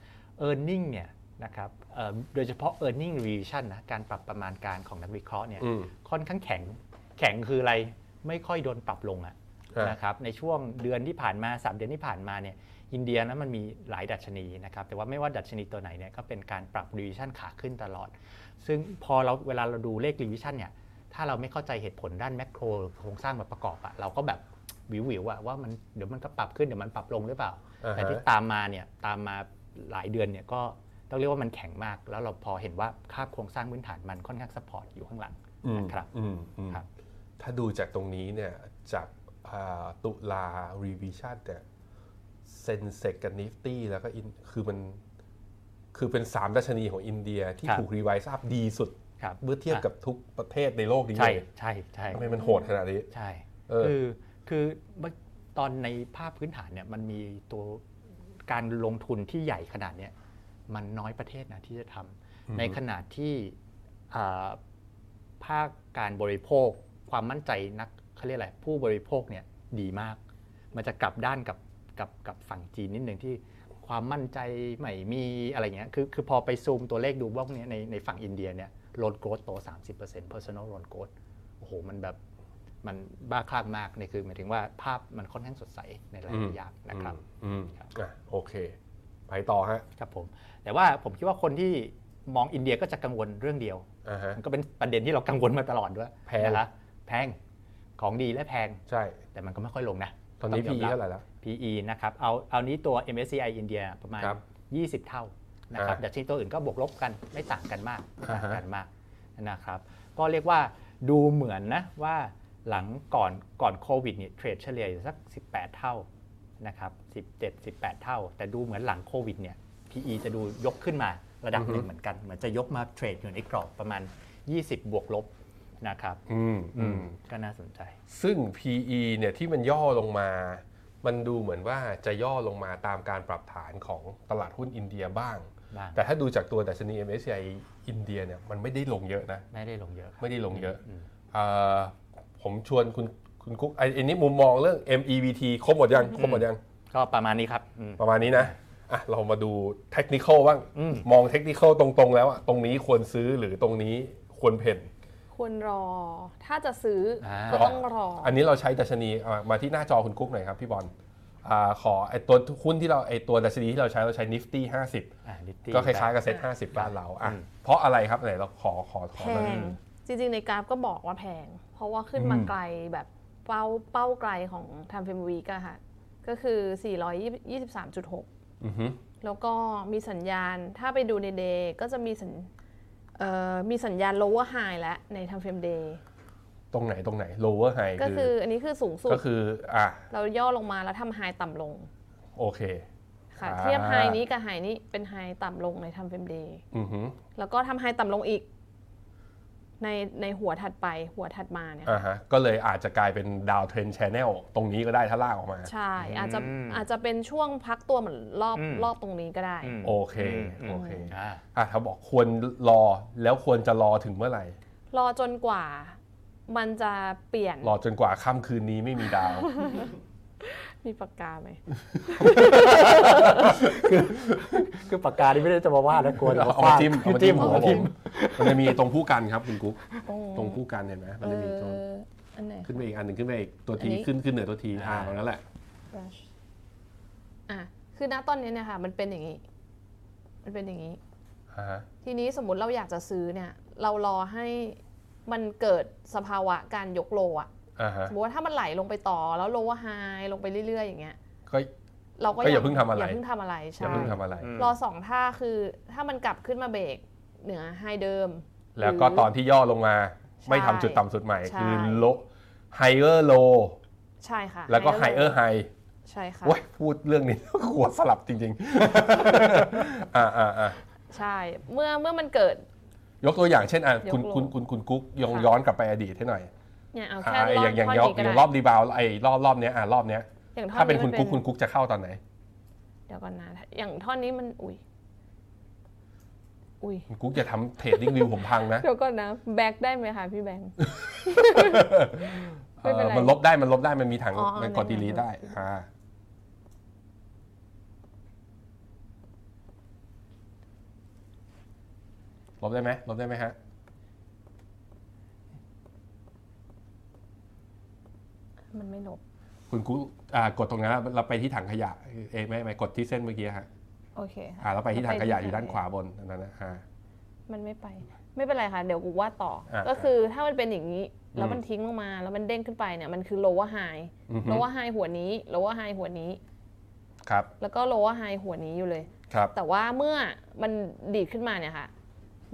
e a r n i n g เนี่ยนะครับเอ่อโดยเฉพาะ e a r n i n g revision นะการปรับประมาณการของนักวิเคราะห์เนี่ย อืม ค่อนข้างแข็งแข็งคืออะไรไม่ค่อยโดนปรับลงอะ ฮะ นะครับในช่วงเดือนที่ผ่านมาสามเดือนที่ผ่านมาเนี่ยอินเดียนะมันมีหลายดัชนีนะครับแต่ว่าไม่ว่าดัชนีตัวไหนเนี่ยก็เป็นการปรับ revision ขาขึ้นตลอด ซึ่งพอเราเวลาเราดูเลข revision เนี่ย ถ้าเราไม่เข้าใจเหตุผลด้านแมกโครโครงสร้างมาประกอบอะเราก็แบบวิววิวๆอะว่ามันเดี๋ยวมันก็ปรับขึ้นเดี๋ยวมันปรับลงหรือเปล่า อ่าฮะ แต่ที่ตามมาเนี่ยตามมาหลายเดือนเนี่ยก็ต้องเรียกว่ามันแข็งมาก แล้วเราพอเห็นว่าภาพโครงสร้างพื้นฐานมันค่อนข้างสปอร์ตอยู่ข้างหลังนะครับ อืมอืม ครับ ถ้าดูจากตรงนี้เนี่ยจากอ่าตุลา revision เนี่ยเซนเซกกับนิฟตี้แล้วก็อินคือมันคือเป็น 3 ดัชนีของอินเดียที่ ครับ ถูกรีไวซ์อัพดีสุด ครับ เมื่อเทียบกับทุกประเทศในโลกนี้ ใช่ เลย ใช่ใช่ ทำไมมันโหดขนาดนี้ ใช่ เออ คือคือเมื่อตอนในภาพพื้นฐานเนี่ยมันมีตัวการลงทุนที่ใหญ่ขนาดเนี้ยมันน้อยประเทศนะที่จะทำในขณะที่อ่าภาคการบริโภค ความมั่นใจนักเขาเรียกอะไรผู้บริโภคเนี่ยดีมาก มันจะกลับด้านกับกับกับฝั่งจีนนิดนึงที่ความมั่นใจไม่มีอะไรเงี้ยคือคือพอไปซูมตัวเลขดูพวกเนี้ยในในฝั่งอินเดียเนี่ยโลนโกรโต 30% personal loan growth โอ้โหมันแบบ มันบ้าคลั่งมากเนี่ยคือหมายถึงว่าภาพมันค่อนข้างสดใสในหลาย อืม ๆอย่างนะครับ อืม ครับ อ่ะโอเค ไปต่อฮะ ครับผมแต่ว่าผมคิดว่าคนที่มองอินเดียก็จะกังวลเรื่องเดียว อ่าฮะ มันก็เป็นประเด็นที่เรากังวลมาตลอดด้วย แพง นะคะแพงของดีและแพง ใช่ แต่มันก็ไม่ค่อยลงนะ ตอนนี้ ง พี ยมบ เท่าไหร่แล้ว PE นะครับเอาเอานี้ตัว MSCI อินเดียประมาณ ครับ 20 เท่านะครับ อ่า ดัชนีตัวอื่นก็บวกลบกันไม่ต่างกันมากไม่ต่าง อ่าฮะ กันมากนะครับ ก็เรียกว่าดูเหมือนนะว่าหลังก่อนก่อนโควิดเนี่ยเทรดเฉลี่ยอยู่สัก 18 เท่านะครับ17 18 เท่า แต่ดูเหมือนหลังโควิดเนี่ย PE จะดูยกขึ้นมาระดับหนึ่งเหมือนกันเหมือนจะยกมาเทรดอยู่ในกรอบประมาณ 20 บวกลบนะครับ อืม อื อื ม ม ก็น่าสนใจ ซึ่ง PE เนี่ยที่มันย่อลงมา มันดูเหมือนว่าจะย่อลงมาตามการปรับฐานของตลาดหุ้นอินเดียบ้าง บ้าง แต่ถ้าดูจากตัวดัชนี MSCI อินเดียเนี่ยมันไม่ได้ลงเยอะนะ ไม่ได้ลงเยอะครับ ไม่ได้ลงเยอะเอ่อผมชวนคุณคุณคุกไอ้ไอันนี้มุมมองเรื่อง MEVT ครบหมดยัง ครบหมดยัง ก็ประมาณนี้ครับอืม ประมาณนี้นะอ่ะเรามาดูเทคนิคอลบ้าง อืม มองเทคนิคอลตรงๆ แล้วอะตรงนี้ควรซื้อหรือตรงนี้ควรเพ่น ควรรอ ถ้าจะซื้ออา ก็ต้องรออ อันนี้เราใช้ดัชนีอ่ะมาที่หน้าจอคุณกุ๊กหน่อยครับพี่บอลอ่าขอไอตัวหุ้นที่เราไอตัวดัชนีที่เราใช้เราใช้นิฟตี้ห้าสิบ อ่า Nifty ก็คล้ายๆกับเซ็ตห้าสิบบ้านเราอ่ะเพราะอะไรครับไหนเราขอขอข แพ อหน่อย งจริงๆในกราฟก็บอกว่าแพง เพราะว่าขึ้นมา อืม ไกลแบบเป้าเป้าไกลของทำเฟมวีกอะค่ะก็คือ 423.6 อือฮึ แล้วก็มีสัญญาณถ้าไปดูในเดย์ก็จะมีสัญเอ่อมีสัญญาณ lower high แล้วในทำเฟรมเดย์ ตรงไหนตรงไหน lower high ก็คืออันนี้คือสูงสุด ก็คืออ่ะ เราย่อลงมาแล้วทำ high ต่ำลง โอเค ค่ะ อ่า เทียบ high นี้กับ high นี้เป็น high ต่ำลงในทำเฟรมเดย์ อือฮึ แล้วก็ทำ high ต่ำลงอีก ในในหัวถัดไปหัวถัดมาเนี่ย อ่าฮะก็เลยอาจจะกลายเป็นดาวเทรน channel ตรงนี้ก็ได้ถ้าลากออกมา ใช่อาจจะ อืม อาจจะเป็นช่วงพักตัวเหมือนรอบ อืม รอบตรงนี้ก็ได้ ม โอเค ม โอเค อ่า อ่ะถ้าบอกควรรอแล้วควรจะรอถึงเมื่อไหร่ รอจนกว่า มันจะเปลี่ยน รอจนกว่าค่ำคืนนี้ไม่มีดาว มีปากกาไหม คือปากกาที่ไม่ได้จะมาว่านะกลัวจะ เอามามาฟาด จิ้มเอา คือ มา จิ้ จิ้ ม ม หั หั ว วผ จิ้ ม ม มันจะมีตรงผู้กันครับคุณกุ๊ก โอ้ ตรงผู้กันเห็นไหมมันจะมีตรง เอออันไหน ขึ้นไปอีกอันหนึ่งขึ้นไปอีกตัวที อันนี้ ขึ้นขึ้นเหนือตัวทีอ่า อ่า ตรงนั้นแหละ brush อ่ะ คือณตอนนี้เนี่ยค่ะ มันเป็นอย่างนี้ มันเป็นอย่างนี้ อ่าฮะ ทีนี้สมมติเราอยากจะซื้อเนี่ย เรารอให้มันเกิดสภาวะการยกโลอะ อ่าฮะ สมมติว่าถ้ามันไหลลงไปต่อแล้วโลว่าไฮลงไปเรื่อยๆ อย่างเงี้ย ก็ เราก็ ก็อย่าเพิ่งทำอะไร อย่าเพิ่งทำอะไร อย่า ใช่ เพิ่งทำอะไร รอสองท่าคือถ้ามันกลับขึ้นมาเบรกเหนือไฮเดิม แล้วก็ตอนที่ย่อลงมา ใช่ ไม่ทำจุดต่ำสุดใหม่ ใช่ คือโลไฮเออร์โล ใช่ค่ะ แล้วก็ high ไฮ low เออร์ไฮ ใช่ค่ะ โอ้ยพูดเรื่องนี้ หัวสลับจริง ๆ อ่าอ่าอ่า ใช่ เมื่อเมื่อมันเกิด ยกตัวอย่างเช่นอ่ะ ยก คุณ โล คุณคุณคุณกุ๊กย้อน ค่ะ ย้อนกลับไปอดีตให้หน่อย เนี่ยเอา อ่า แค่ร ไอ้ อ อบ ย่างอย่าง ท่อน ยก นี้ อ ก็ ย่าง ได้ รอบรีบาวไอ้รอบรอบเนี้ยอ่ารอบเนี้ย อย่างท่อ ถ้าเป็นคุณ มั กุ๊กคุณกุ๊กจะเข้าตอนไหน เดี๋ยวก่อนนะอย่างท่อนนี้มันอุ้ยอุ้ย คุณกุ๊กจะทำเทรดดิ้งวิวผมพังนะ เดี๋ยวก่อนนะแบกได้ไหมคะพี่แบงค์ ไม่เป็นไร เออมันลบได้มันลบได้มันมีถัง อ๋อ มัน ได้ กดดีลี ได้ ได้อ่าลบได้ไหมลบได้ไหมฮะ มันไม่ลบ คุณกุ๊กอ่ากดตรงนั้นแล้วเราไปที่ถังขยะเอยไม่ไม่กดที่เส้นเมื่อกี้ฮะ โอเคค่ะ อ่าเราไปที่ถังขยะอยู่ด้านขวาบนอันนั้นนะอ่า มันไม่ไป ไม่เป็นไรค่ะ เดี๋ยวกูว่าต่ออะ ก็คือถ้ามันเป็นอย่างนี้ แล้ว อืม มันทิ้งลงมา แล้วมันเด้งขึ้นไปเนี่ยมันคือ lower high อือฮึ lower high หัวนี้ lower high หัวนี้ ครับ แล้วก็ lower high หัวนี้อยู่เลย ครับ แต่ว่าเมื่อมันดีดขึ้นมาเนี่ยค่ะ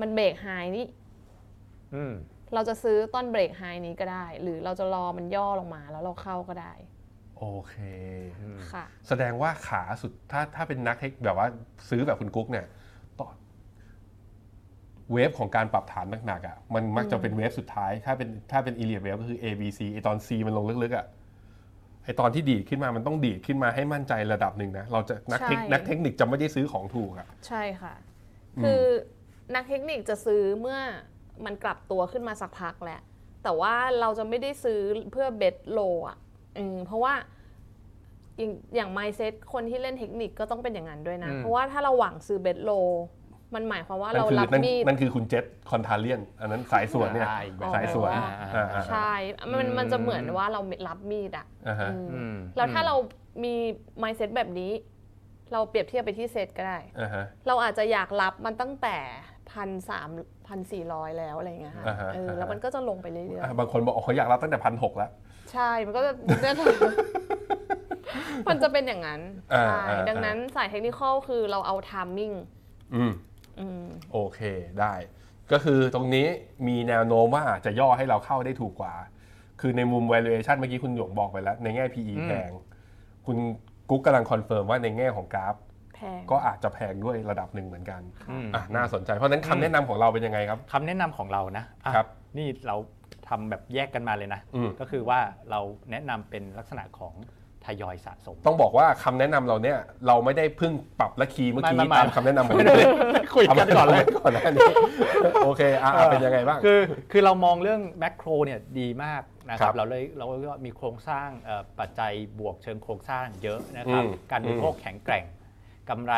มันเบรกไฮนี่ อืม เราจะซื้อต้นเบรกไฮนี้ก็ได้ หรือเราจะรอมันย่อลงมาแล้วเราเข้าก็ได้ โอเค ค่ะ แสดงว่าขาสุดถ้าถ้าเป็นนักเทคแบบว่าซื้อแบบคุณกุ๊กเนี่ยต่อเวฟของการปรับฐานหนักๆอ่ะมันมักจะเป็นเวฟสุดท้าย ถ้าเป็นถ้าเป็นอีเลียเวฟก็คือ A B C ไอตอน C มันลงลึกๆอ่ะไอตอนที่ดีดขึ้นมามันต้องดีดขึ้นมาให้มั่นใจระดับหนึ่งนะเราจะนักเทค ใช่ นักเทคนิคจะไม่ได้ซื้อของถูกอ่ะ ใช่ค่ะ อืม คือนักเทคนิคจะซื้อเมื่อมันกลับตัวขึ้นมาสักพักแหละแต่ว่าเราจะไม่ได้ซื้อเพื่อเบสโลอ่ะอืมเพราะว่าอย่างอย่างไมเซ็ตคนที่เล่นเทคนิคก็ต้องเป็นอย่างนั้นด้วยนะ อืม เพราะว่าถ้าเราหวังซื้อเบสโลมันหมายความว่า นั่น เรา คือ รับ นั่น มีด นั่นคือคุณเจษคอนทาเลียน อันนั้นสายส่วนเนี่ย อ่าอีกแบบ สายส่วน อ๋อ อ่าอ่า ใช่มันมันจะเหมือนว่าเรารับมีดอ่ะ อ่าฮะ อืม อืม แล้วถ้าเรามี mindset แบบนี้ เราเปรียบเทียบไปที่เซตก็ได้ อ่าฮะ เราอาจจะอยากรับมันตั้งแต่พันสามพันสี่ร้อยแล้วอะไรอย่างเงี้ยค่ะ อ่าฮะ เออ อ่าฮะ แล้วมันก็จะลงไปเรื่อย อ่ะบางคนบอกอ๋อเขาอยากรับตั้งแต่พันหกแล้ว ๆ ใช่ มันก็จะ มันจะเป็นอย่างนั้น อ่า ใช่ อ่า ดังนั้นสายเทคนิคคือเราเอา timing อืม อืม โอเคได้ ก็คือตรงนี้มีแนวโน้มว่าอาจจะย่อให้เราเข้าได้ถูกกว่า คือในมุม valuation เมื่อกี้คุณหยงบอกไปแล้ว ในแง่ PE แพง คุณกุ๊กกำลังคอนเฟิร์มว่าในแง่ของกราฟ แพง ก็อาจจะแพงด้วยระดับหนึ่งเหมือนกัน อืม อ่ะน่าสนใจ เพราะฉะนั้นคำแนะนำของเราเป็นยังไงครับ คำแนะนำของเรานะอ่ะ ครับ นี่เราทำแบบแยกกันมาเลยนะ อืม ก็คือว่าเราแนะนำเป็นลักษณะของทยอยสะสม ต้องบอกว่าคำแนะนำเราเนี่ยเราไม่ได้เพึ่งปรับและคีย์เมื่อกี้ตามคำแนะนำของ ไม่ได้คุยกันก่อนเลย ก่อนหน้านี้โอเคอ่ะอ่ะเป็นยังไงบ้าง คือคือเรามองเรื่องแมกโครเนี่ยดีมากนะค ครั รับบ เราเลยเราเรียกว่ามีโครงสร้างเอ่อปัจจัยบวกเชิงโครงสร้างเยอะนะครับ อืม การบริโภคแข็งแกร่งกำไร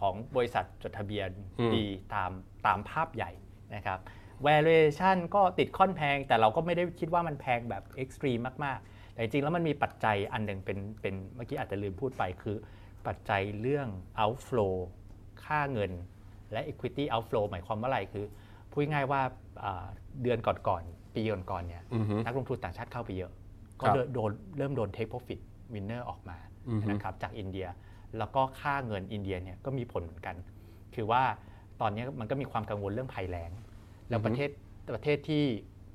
ของบริษัทจดทะเบียน อืม ดีตามตามภาพใหญ่นะครับ valuation ก็ติดค่อนแพง แต่เราก็ไม่ได้คิดว่ามันแพงแบบเอ็กซ์ตรีมมาก ๆ แต่จริงๆ แล้วมันมีปัจจัยอันหนึ่งเป็นเป็นเมื่อกี้อาจจะลืมพูดไปคือ ปัจจัยเรื่อง outflow ค่าเงิน และ equity outflow หมายความว่าอะไรคือ พูดง่ายๆว่าอ่าเดือนก่อนๆ ปีก่อนๆเนี่ย อือฮึ นักลงทุนต่างชาติเข้าไปเยอะ ก็ ครับ เริ่มโดนเริ่มโดน take profit winner ออกมา อือฮึ นะครับจากอินเดีย แล้วก็ค่าเงินอินเดียเนี่ยก็มีผลเหมือนกัน คือว่าตอนเนี้ยมันก็มีความกังวลเรื่องภัยแล้ง แล้วประเทศประเทศที่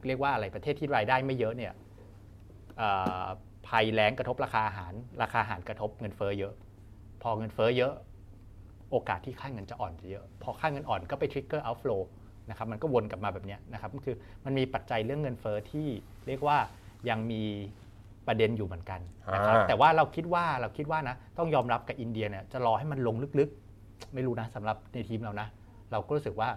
เรียกว่าอะไรประเทศที่รายได้ไม่เยอะเนี่ยเอ่อภัยแล้งกระทบราคาอาหาร ราคาอาหารกระทบเงินเฟ้อเยอะ พอเงินเฟ้อเยอะ โอกาสที่ค่าเงินจะอ่อนจะเยอะ พอค่าเงินอ่อนก็ไปทริกเกอร์เอาฟลนะครับมันก็วนกลับมาแบบเนี้ยนะครับก็คือมันมีปัจจัยเรื่องเงินเฟ้อที่เรียกว่ายังมีประเด็นอยู่เหมือนกันนะครับ อ่า แต่ว่าเราคิดว่าเราคิดว่านะต้องยอมรับกับอินเดียเนี่ยจะรอให้มันลงลึกๆ ไม่รู้นะสำหรับในทีมเรานะ เราก็รู้สึกว่า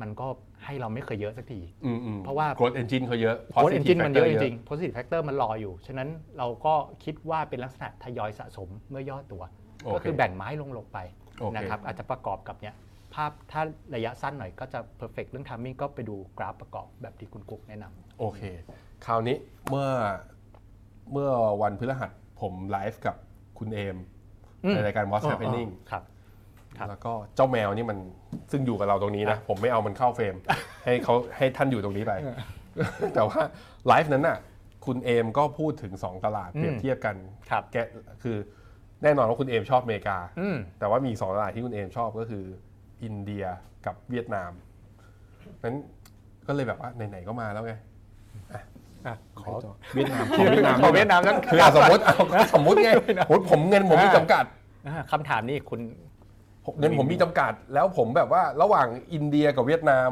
มันก็ให้เราไม่เคยเยอะสักที อืมอืม เพราะว่า โกดเอนจินเขาเยอะ โค้ดเอนจิน positive มันเยอะ factor จริงๆ positive factor มันรออยู่ ฉะนั้นเราก็คิดว่าเป็นลักษณะทยอยสะสมเมื่อย่อตัว โอเค ก็คือแบ่งไม้ลงลงไป โอเค นะครับอาจจะประกอบกับเนี้ยภาพถ้าระยะสั้นหน่อยก็จะ perfect เรื่อง timing ก็ไปดูกราฟประกอบแบบที่คุณกุ๊กแนะนำ โอเค คราวนี้เมื่อเมื่อวันพฤหัสผมไลฟ์กับคุณเอม อืม ในรายการ What's Happening ครับ ครับ แล้วก็เจ้าแมวนี่มันซึ่งอยู่กับเราตรงนี้นะ ผมไม่เอามันเข้าเฟรม ให้เขาให้ท่านอยู่ตรงนี้ไป แต่ว่าไลฟ์นั้นน่ะ คุณเอมก็พูดถึง 2 ตลาดเปรียบเทียบกัน ครับ แกคือ แน่นอนว่าคุณเอมชอบอเมริกา อืม แต่ว่ามีอีกสองตลาดที่คุณเอมชอบก็คือ อินเดียกับเวียดนามนั้นก็เลยแบบว่าไหนๆก็มาแล้วไง ขอ เวียดนาม ขอเวียดนามแล้ว คืออ่ะสมมติเอาสมมติไงผมผมเงินผมมีจำกัด อ่าคำถามนี้คุณ ผมเงินผมมีจำกัด แล้วผมแบบว่าระหว่างอินเดียกับเวียดนาม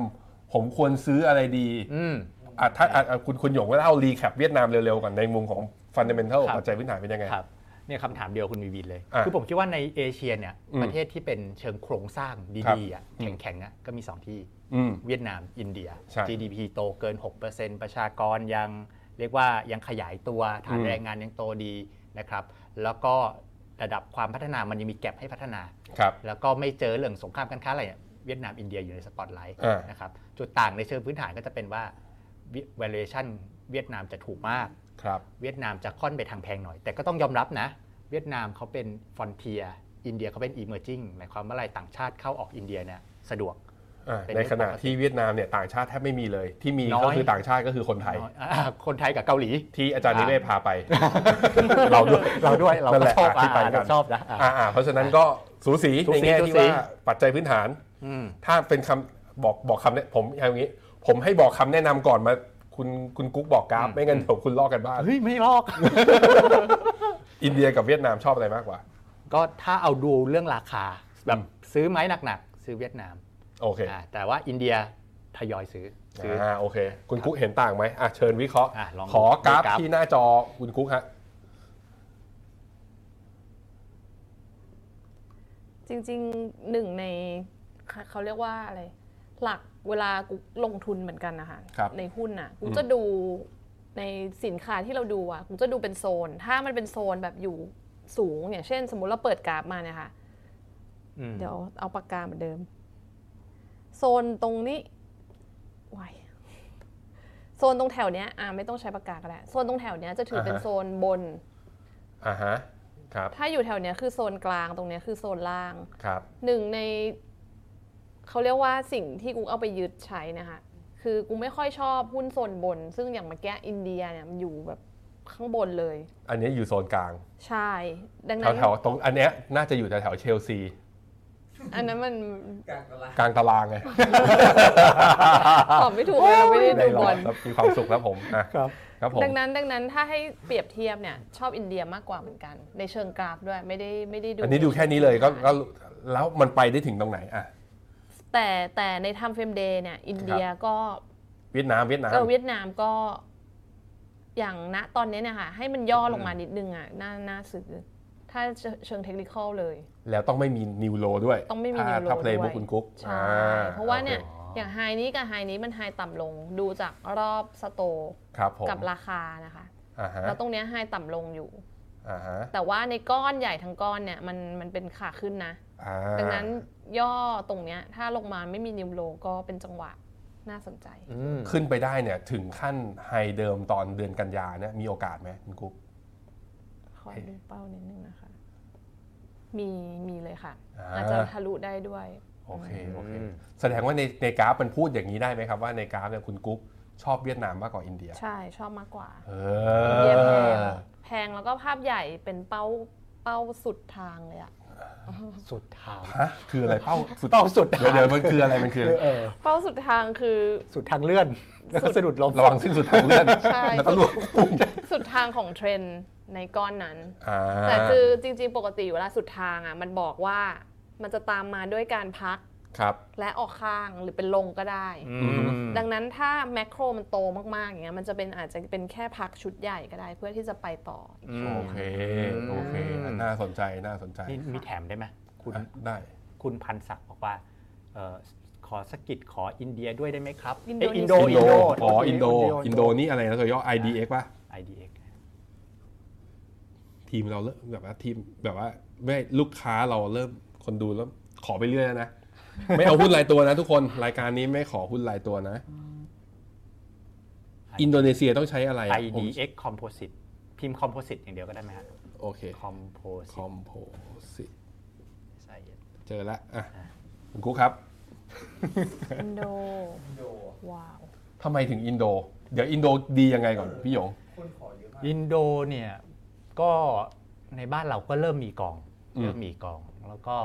ผมควรซื้ออะไรดี อืม อ่ะถ้าอ่ะอ่ะคุณคุณหยงก็เล่ารีแคปเวียดนามเร็วๆก่อนในมุมของฟันเดเมนทัล ครับ ปัจจัยพื้นฐานเป็นยังไง ครับเนี่ยคำถามเดียวคุณวีวีเลย อ่ะ คือผมคิดว่าในเอเชียเนี่ย อืม ประเทศที่เป็นเชิงโครงสร้างดีๆอ่ะ อืม แข็งๆอ่ะก็มี 2 ที่ อืม เวียดนามอินเดีย ใช่ GDP โตเกิน 6%ประชากรยังเรียกว่ายังขยายตัวฐาน อืม แรงงานยังโตดีนะครับ แล้วก็ระดับความพัฒนามันยังมีแก็บให้พัฒนา ครับ แล้วก็ไม่เจอเรื่องสงครามการค้าอะไรเนี่ยเวียดนามอินเดียอยู่ในสปอตไลท์ อ่าน นะครับจุดต่างในเชิงพื้นฐานก็จะเป็นว่า valuation เวียดนามจะถูกมาก ครับ เวียดนามจะค่อนไปทางแพงหน่อย แต่ก็ต้องยอมรับนะ เวียดนามเขาเป็น frontier อินเดียเขาเป็น emerging หมายความว่าอะไรต่างชาติเข้าออกอินเดียเนี่ยสะดวก อ่า เป็น ในขณะ เรื่องปกติ ที่เวียดนามเนี่ยต่างชาติแทบไม่มีเลย ที่มี น้อย ก็คือต่างชาติก็คือคนไทย น้อยอ่าคนไทยกับเกาหลี ที่อาจารย์นิเวศน์พาไป เราด้วยเราด้วยเรา นั่น ก็ แหละ ชอบ ที่ไป อ่า กัน เราชอบนะอ่า อ่าอ่าเพราะฉะนั้นก็สูสี สู ใน สี แง่ สู ที่ สี ว่าปัจจัยพื้นฐาน อืม ถ้าเป็นคำบอกบอกคำเนี่ยผมเอาอย่างนี้ ผมให้บอกคำแนะนำก่อนมา คุณคุณกุ๊กบอกกราฟ อืม ไม่งั้นเดี๋ยวคุณลอกกันบ้าง เฮ้ย ไม่ลอก อินเดียกับเวียดนามชอบอะไรมากกว่า ก็ถ้าเอาดูเรื่องราคาแบบซื้อไหมหนักๆ ซื้อเวียดนาม โอเค อ่าแต่ว่าอินเดียทยอยซื้อซื้อ อ่าโอเค คุณกุ๊กเห็นต่างไหมอ่ะเชิญวิเคราะห์ อ่ะลองดู ขอกราฟ ดูกราฟ ที่หน้าจอคุณกุ๊กฮะ จริงๆหนึ่งในเขาเขาเรียกว่าอะไร หลักเวลากูลงทุนเหมือนกันนะคะ ครับ ในหุ้นอ่ะกู อืม จะดูในสินค้าที่เราดูอ่ะกูจะดูเป็นโซน ถ้ามันเป็นโซนแบบอยู่สูงอย่างเช่น สมมุติเราเปิดกราฟมาเนี่ยค่ะ อืม เดี๋ยวเอาปากกาเหมือนเดิม โซนตรงนี้ไวายโซนตรงแถวเนี้ยอ่าไม่ต้องใช้ปากกาก็ได้โซนตรงแถวเนี้ยจะถือเป็น อ่าฮะ โซนบน อ่าฮะครับ ถ้าอยู่แถวเนี้ยคือโซนกลางตรงเนี้ยคือโซนล่าง ครับ หนึ่งในเขาเรียกว่าสิ่งที่กูเอาไปยึดใช้นะคะคือกูไม่ค่อยชอบหุ้นโซนบน ซึ่งอย่างเมื่อกี้อินเดียเนี่ยมันอยู่แบบข้างบนเลย อันนี้อยู่โซนกลาง ใช่ดัง แถ นั้ วน แถวๆตรงอันเนี้ยน่าจะอยู่แถวแถวๆเชลซี อันนั้นมัน กลางตลาด กลางตารางไง ตอบไม่ถูกเลยเราไม่ได้ ได้หรดูบ อ อก ล ครับมีความสุขแล้วผมอ่ะ ครับ ครับผม ดังนั้นดังนั้นถ้าให้เปรียบเทียบเนี่ยชอบอินเดียมากกว่าเหมือนกัน ในเชิงกราฟด้วยไม่ได้ไม่ได้ดู อันนี้ดูแค่นี้เลยก็ก็แล้วมันไปได้ถึงตรงไหนอ่ะ แต่แต่ในทำเฟรมเดย์เนี่ยอินเดียก็ เวียดนามเวียดนาม เออเวียดนามก็อย่างณตอนนี้เนี่ยค่ะให้มันย่อลงมานิดนึงอ่ะน่าน่าซื้อถ้าเชิงเทคนิคอลเลย แล้วต้องไม่มีนิวโลด้วย ต้องไม่มี ถ้า new low ถ้าเพลย์ ด้วย บุกคุณกุ๊ก ใช่ อ่ เพราะว่าเนี่ย โอค อย่างไฮนี้กับไฮนี้มันไฮต่ำลงดูจากรอบสโตร์ ครับผม กับราคานะคะ อ่าฮะ แล้วตรงเนี้ยไฮต่ำลงอยู่ อ่าฮะ แต่ว่าในก้อนใหญ่ทั้งก้อนเนี่ยมันมันเป็นขาขึ้นนะ อ่า ดังนั้นย่อตรงเนี้ยถ้าลงมาไม่มีนิวโลก็เป็นจังหวะน่าสนใจ อืม ขึ้นไปได้เนี่ยถึงขั้นไฮเดิมตอนเดือนกันยาเนี่ยมีโอกาสไหมคุณกุ๊ก ขอดูเป้านิดนึงนะคะ มีมีเลยค่ะ อ่า อาจจะทะลุได้ด้วย โอเคโอเค อืม แสดงว่าในในกราฟมันพูดอย่างนี้ได้ไหมครับว่าในกราฟเนี่ยคุณกุ๊กชอบเวียดนามมากกว่าอินเดีย ใช่ชอบมากกว่า เอ เยี่ยมแพ อ งแพงแล้วก็ภาพใหญ่เป็นเป้าเป้าสุดทางเลยอะ สุดทาง ฮะคืออะไรเป้าสุด เป้าสุดทาง เดี๋ยวเดี๋ยวมันคืออะไรมันคืออะไร เออ เป้าสุดทางคือ สุดทางเลื่อนแล้วก็สะดุดล้ม ระวังสิ้นสุดทางเลื่อน ใช่ แล้วก็ลวกปุ่ม สุดทางของเทรนด์ในก้อนนั้น อ่า แต่คือจริง ๆ ปกติเวลาสุดทางอะมันบอกว่ามันจะตามมาด้วยการพัก ครับ และออกข้างหรือเป็นลงก็ได้ ดังนั้นถ้าแมกโครมันโตมาก ๆ อย่างเงี้ยมันจะเป็นอาจจะเป็นแค่พักชุดใหญ่ก็ได้ เพื่อที่จะไปต่ออีกช่วง โอ หนึ่ง เค อืม โอเค น่าสนใจ น่าสนใจ นี่มีแถมได้ไหมคุณ อ่ะได้ คุณพันศักดิ์บอกว่าเอ่อขอสกกิดขออินเดียด้วยได้ไหมครับเย อินโด อ๋อ อินโด โด อินโดนี่อะไรนะตัวย่อ IDX ป่ะ IDX ทีมเราเริ่มแบบว่าทีมแบบว่าไม่ลูกค้าเราเริ่มคนดูแล้วขอไปเรื่อยแล้วนะ ไม่เอาหุ้นรายตัวนะทุกคน รายการนี้ไม่ขอหุ้นรายตัวนะ อินโดนีเซียต้องใช้อะไรอะผม IDX Composite พิมพ์ Composite อย่างเดียวก็ได้ไหมฮะ โอเค คอ Composite มโพสิ ใช่ เจอละอ่ะ อ่ะ คุณกุ๊กครับ อินโดว้าว ทำไมถึงอินโด เดี๋ยวอินโดดียังไงก่อนพี่หยง อินโดเนี่ยก็ ในบ้านเราก็เริ่มมีกอง อืม เริ่มมีกอง แล้วก็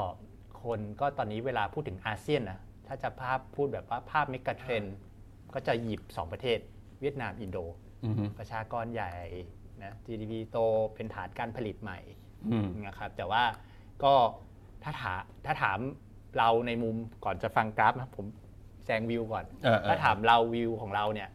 คนก็ตอนนี้เวลาพูดถึงอาเซียนนะถ้าจะภาพพูดแบบว่าภาพเมกะเทรนด์ก็จะหยิบ 2 ประเทศ เวียดนามอินโด อืม ประชากรใหญ่นะ GDP โตเป็นฐานการผลิตใหม่ อืม นะครับแต่ว่าก็ถ้าถามถ้าถามเราในมุมก่อนจะฟังกราฟนะผมแซงวิวก่อน เออเออ ถ้าถามเราวิวของเราเนี่ย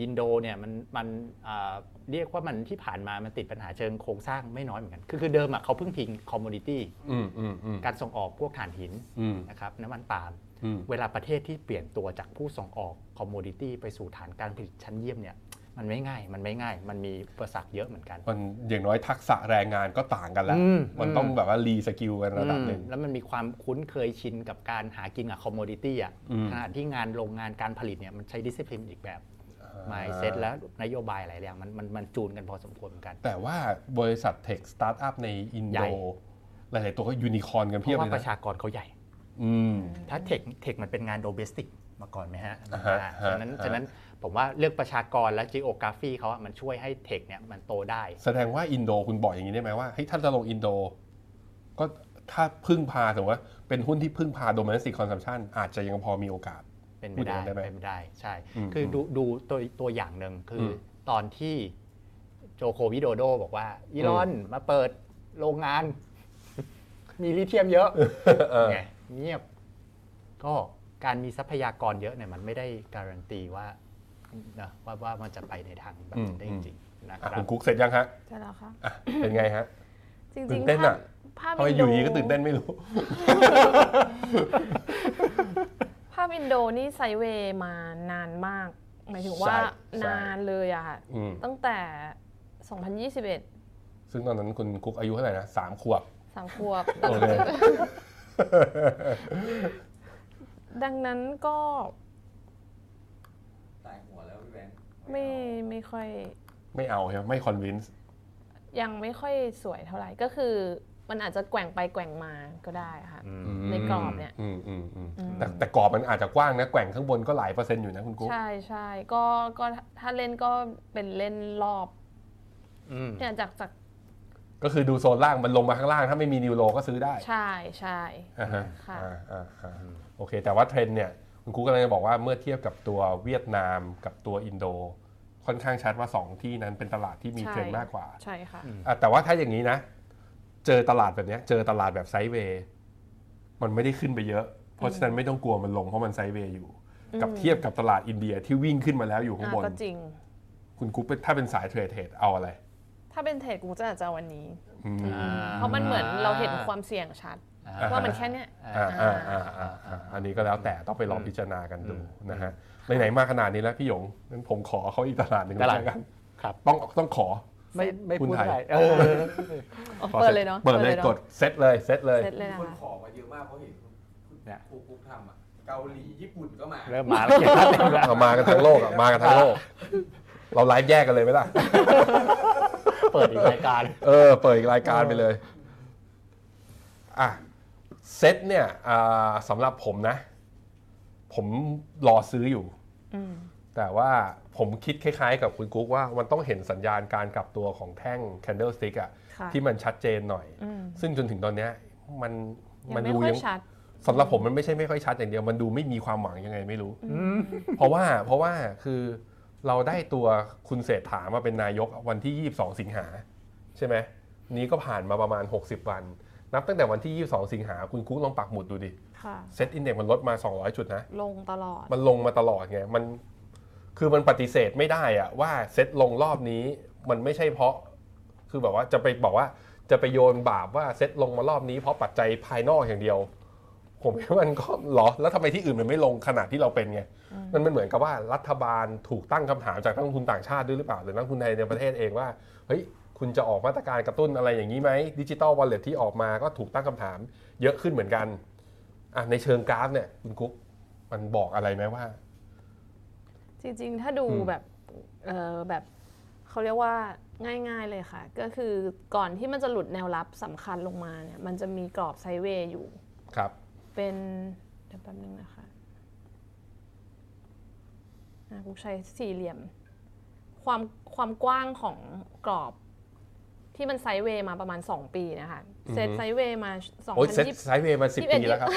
อินโดเนี่ยมันมันเอ่อเรียกว่ามันที่ผ่านมามันติดปัญหาเชิงโครงสร้างไม่น้อยเหมือนกัน คือคือเดิมอะเขาพึ่งพิงคอมมูนิตี้ อืมอืมอืม การส่งออกพวกถ่านหิน อืม นะครับน้ำมันปาล์ม อืม เวลาประเทศที่เปลี่ยนตัวจากผู้ส่งออกคอมมูนิตี้ไปสู่ฐานการผลิตชั้นเยี่ยมเนี่ยมันไม่ง่ายมันไม่ง่าย มันมีอุปสรรคเยอะเหมือนกัน มันอย่างน้อยทักษะแรงงานก็ต่างกันแล้ว อืม มันต้องแบบว่ารีสกิลกันระดับหนึ่ง อืมแล้วมันมีความคุ้นเคยชินกับการหากินกับคอมมดิตี้อ่ะ อืม ขณะที่งานโรงงานการผลิตเนี่ยมันใช้ดิสซิ p ลินอีกแบบ m i n d s e t และนโยบายหลายอย่างมันมันมันจูนกันพอสมควรเหมือนกัน แต่ว่าบริษัทเทคสตาร์ทอัพในอิน ให โด ญ่ หลาย ๆ ตัวก็ยูนิคอร์นกัน เพ เพียบ ราะ เล ว่าย ประ นะ ชากรเขาใหญ่ อืม ถ้าเทคเทคมันเป็นงานโดเบสติกมาก่อนไหมฮะ อ่าฮะ อ่า ฮะ ฉะนั้น ฮะ ฉะนั้นผมว่าเรื่องประชากรและจีโอกราฟีเขาอะมันช่วยให้เทคเนี่ยมันโตได้ แสดงว่าอินโดคุณบอกอย่างนี้ได้ไหมว่าเฮ้ยถ้าจะลงอินโด ก็ถ้าพึ่งพาถือว่าเป็นหุ้นที่พึ่งพา domestic consumption อาจจะยังพอมีโอกาส เป็น พูดไปอย่าง ได้ นั้นได้ไหม เป็นไปได้ใช่ อืม คืออ ม ดูดูตัวตัวอย่างหนึ่งคืออ ม ตอนที่โจโควิโดโดบอกว่า อีลอนมาเปิดโรงงาน มีลิเทียมเยอะ เออ ไงเงียบ ก็การมีทรัพยากรเยอะเนี่ยมันไม่ได้การันตีว่านะว่าว่ามันจะไปในทางแบบนั้นได้จริงๆนะค อ่ะ รั คุ บ ณกุ๊กเสร็จยังฮะ ใช่แล้วค่ะ อ่ะเป็นไงฮะ จริง ตื่น ๆ เต้น ภา อะ พภาพ ทำไม อิน อ โด ยู่ดีก็ตื่นเต้นไม่รู้ ภาพอินโดนี่ไซด์เวย์มานานมาก หมายถึงว่า ใช่ใช่ นานเลยอะค่ะ อืม ตั้งแต่ 2021 ซึ่งตอนนั้นคุณกุ๊กอายุเท่าไหร่นะสามขวบ สามขวบ โอเค ดังนั้นก็ ตายหัวแล้วพี่แบงค์ ไม่ไม่ค่อย ไม่เอาใช่ไหมไม่ convince ยังไม่ค่อยสวยเท่าไหร่ ก็คือมันอาจจะแกว่งไปแกว่งมาก็ได้ค่ะ ในกรอบเนี่ย อืมอืมอืม อืม แต่แต่กรอบมันอาจจะกว้างนะแกว่งข้างบนก็หลายเปอร์เซ็นต์อยู่นะคุณกุ๊ก ใช่ใช่ก็ก็ถ้าเล่นก็เป็นเล่นรอบ อืม เนี่ยจากจาก ก็คือดูโซนล่างมันลงมาข้างล่าง ถ้าไม่มีนิวโลก็ซื้อได้ ใช่ใช่ อ่าฮะ ค่ะ อ่าอ่าอ่าโอเค แต่ว่าเทรนด์เนี่ย คุณครูกำลังจะบอกว่าเมื่อเทียบกับตัวเวียดนามกับตัวอินโด ค่อนข้างชัดว่า 2 ที่นั้นเป็นตลาดที่มีเทรนด์มากกว่า ใช่ค่ะ อ่ะแต่ว่าถ้าอย่างนี้นะ เจอตลาดแบบเนี้ยเจอตลาดแบบไซด์เวย์มันไม่ได้ขึ้นไปเยอะ เพราะฉะนั้นไม่ต้องกลัวมันลงเพราะมันไซด์เวย์อยู่ กับ อืม เทียบกับตลาดอินเดียที่วิ่งขึ้นมาแล้วอยู่ข้าง อ่า บน ก็จริง คุณกุ๊กเป็นถ้าเป็นสายเทรดเทรดเอาอะไร ถ้าเป็นเทรดกูจะอาจจะเอาวันนี้ อืม อ่า เพราะมันเหมือนเราเห็นความเสี่ยงชัด อ่า ว่ามันแค่เนี้ย อ่าอ่าอ่าอ่าอ่าอันนี้ก็แล้วแต่ต้องไปลองพิจารณากันดูนะฮะไหนๆมาขนาดนี้แล้วพี่หยงงั้นผมขอเขาอีกตลาดหนึ่ง ตลาด แวกัน ครับ ต้องต้องขอ ไม่ไม่ คุณ พูด ไทย ได้เออ อ๋อ ขอ เปิด ซ็ เลยเนาะ เปิดเลย นอะ กดเซตเลยเซตเลย เสร็จเลยนะ คน คะ ขอมาเยอะมากเพราะเห็นคุณคุณ เนี่ย ครูปุ๊กทำอ่ะ เกาหลีญี่ปุ่นก็มา เริ่มมาแล้วเขียนภาพเต็มแล้ว เอามากันทั้งโลกอะมากันทั้งโลก เราไลฟ์แยกกันเลยไหมล่ะ เปิดอีกรายการ เออ เปิดอีกรายการไปเลย อ่ะ เซตเนี่ยอ่าสำหรับผมนะ ผมรอซื้ออยู่ อืม แต่ว่าผมคิดคล้ายๆ กับคุณกุ๊กว่ามันต้องเห็นสัญญาณการกลับตัวของแท่ง candlestick อะ ค่ะ ที่มันชัดเจนหน่อย อืม ซึ่งจนถึงตอนเนี้ยมัน ยัง มัน ไม่ ดู ค่อ ยั ย ง ชัด สำหรับผมมันไม่ใช่ไม่ค่อยชัดอย่างเดียว มันดูไม่มีความหวังยังไงไม่รู้ เพราะว่าเพราะว่าคือเราได้ตัวคุณเศรษฐามาเป็นนายกวันที่ 22 สิงหาใช่ไหมนี้ก็ผ่านมาประมาณ 60 วัน นับตั้งแต่วันที่ 22 สิงหาคุณกุ๊กลองปักหมุดดูดิ ค่ะ เซตอินเด็กมันลดมา 200 จุดนะ ลงตลอด มันลงมาตลอดไง มันคือมันปฏิเสธไม่ได้อะว่าเซ็ตลงรอบนี้มันไม่ใช่เพราะ คือแบบว่าจะไปบอกว่าจะไปโยนบาปว่าเซ็ตลงมารอบนี้เพราะปัจจัยภายนอกอย่างเดียว ผมว่ามันก็เหรอ แล้วทำไมที่อื่นมันไม่ลงขนาดที่เราเป็นไง มันมันเหมือนกับว่ารัฐบาลถูกตั้งคำถามจากนักลงทุนต่างชาติด้วยหรือเปล่า หรือนักลงทุนไทยในประเทศเองว่าเฮ้ยคุณจะออกมาตรการกระตุ้นอะไรอย่างนี้ไหมดิจิตอลวอลเล็ตที่ออกมาก็ถูกตั้งคำถาม เยอะขึ้นเหมือนกันอ่ะในเชิงกราฟเนี่ยคุณกุ๊กมันบอกอะไรไหมว่า จริงๆ ถ้าดู อืม แบบ เออแบบเขาเรียกว่าง่ายๆเลยค่ะ ก็คือก่อนที่มันจะหลุดแนวรับสำคัญลงมาเนี่ย มันจะมีกรอบไซด์เวย์อยู่ ครับ เป็นเดี๋ยวแป๊บนึงนะคะอ่ะกูใช้สี่เหลี่ยม ความความกว้างของกรอบ ที่มันไซด์เวย์มาประมาณ 2 ปีนะคะเซตไซด์เวย์มา โอ้ยเซ็ต 2020 ไซด์เวย์มาสิบ 21 ปีแล้วครับ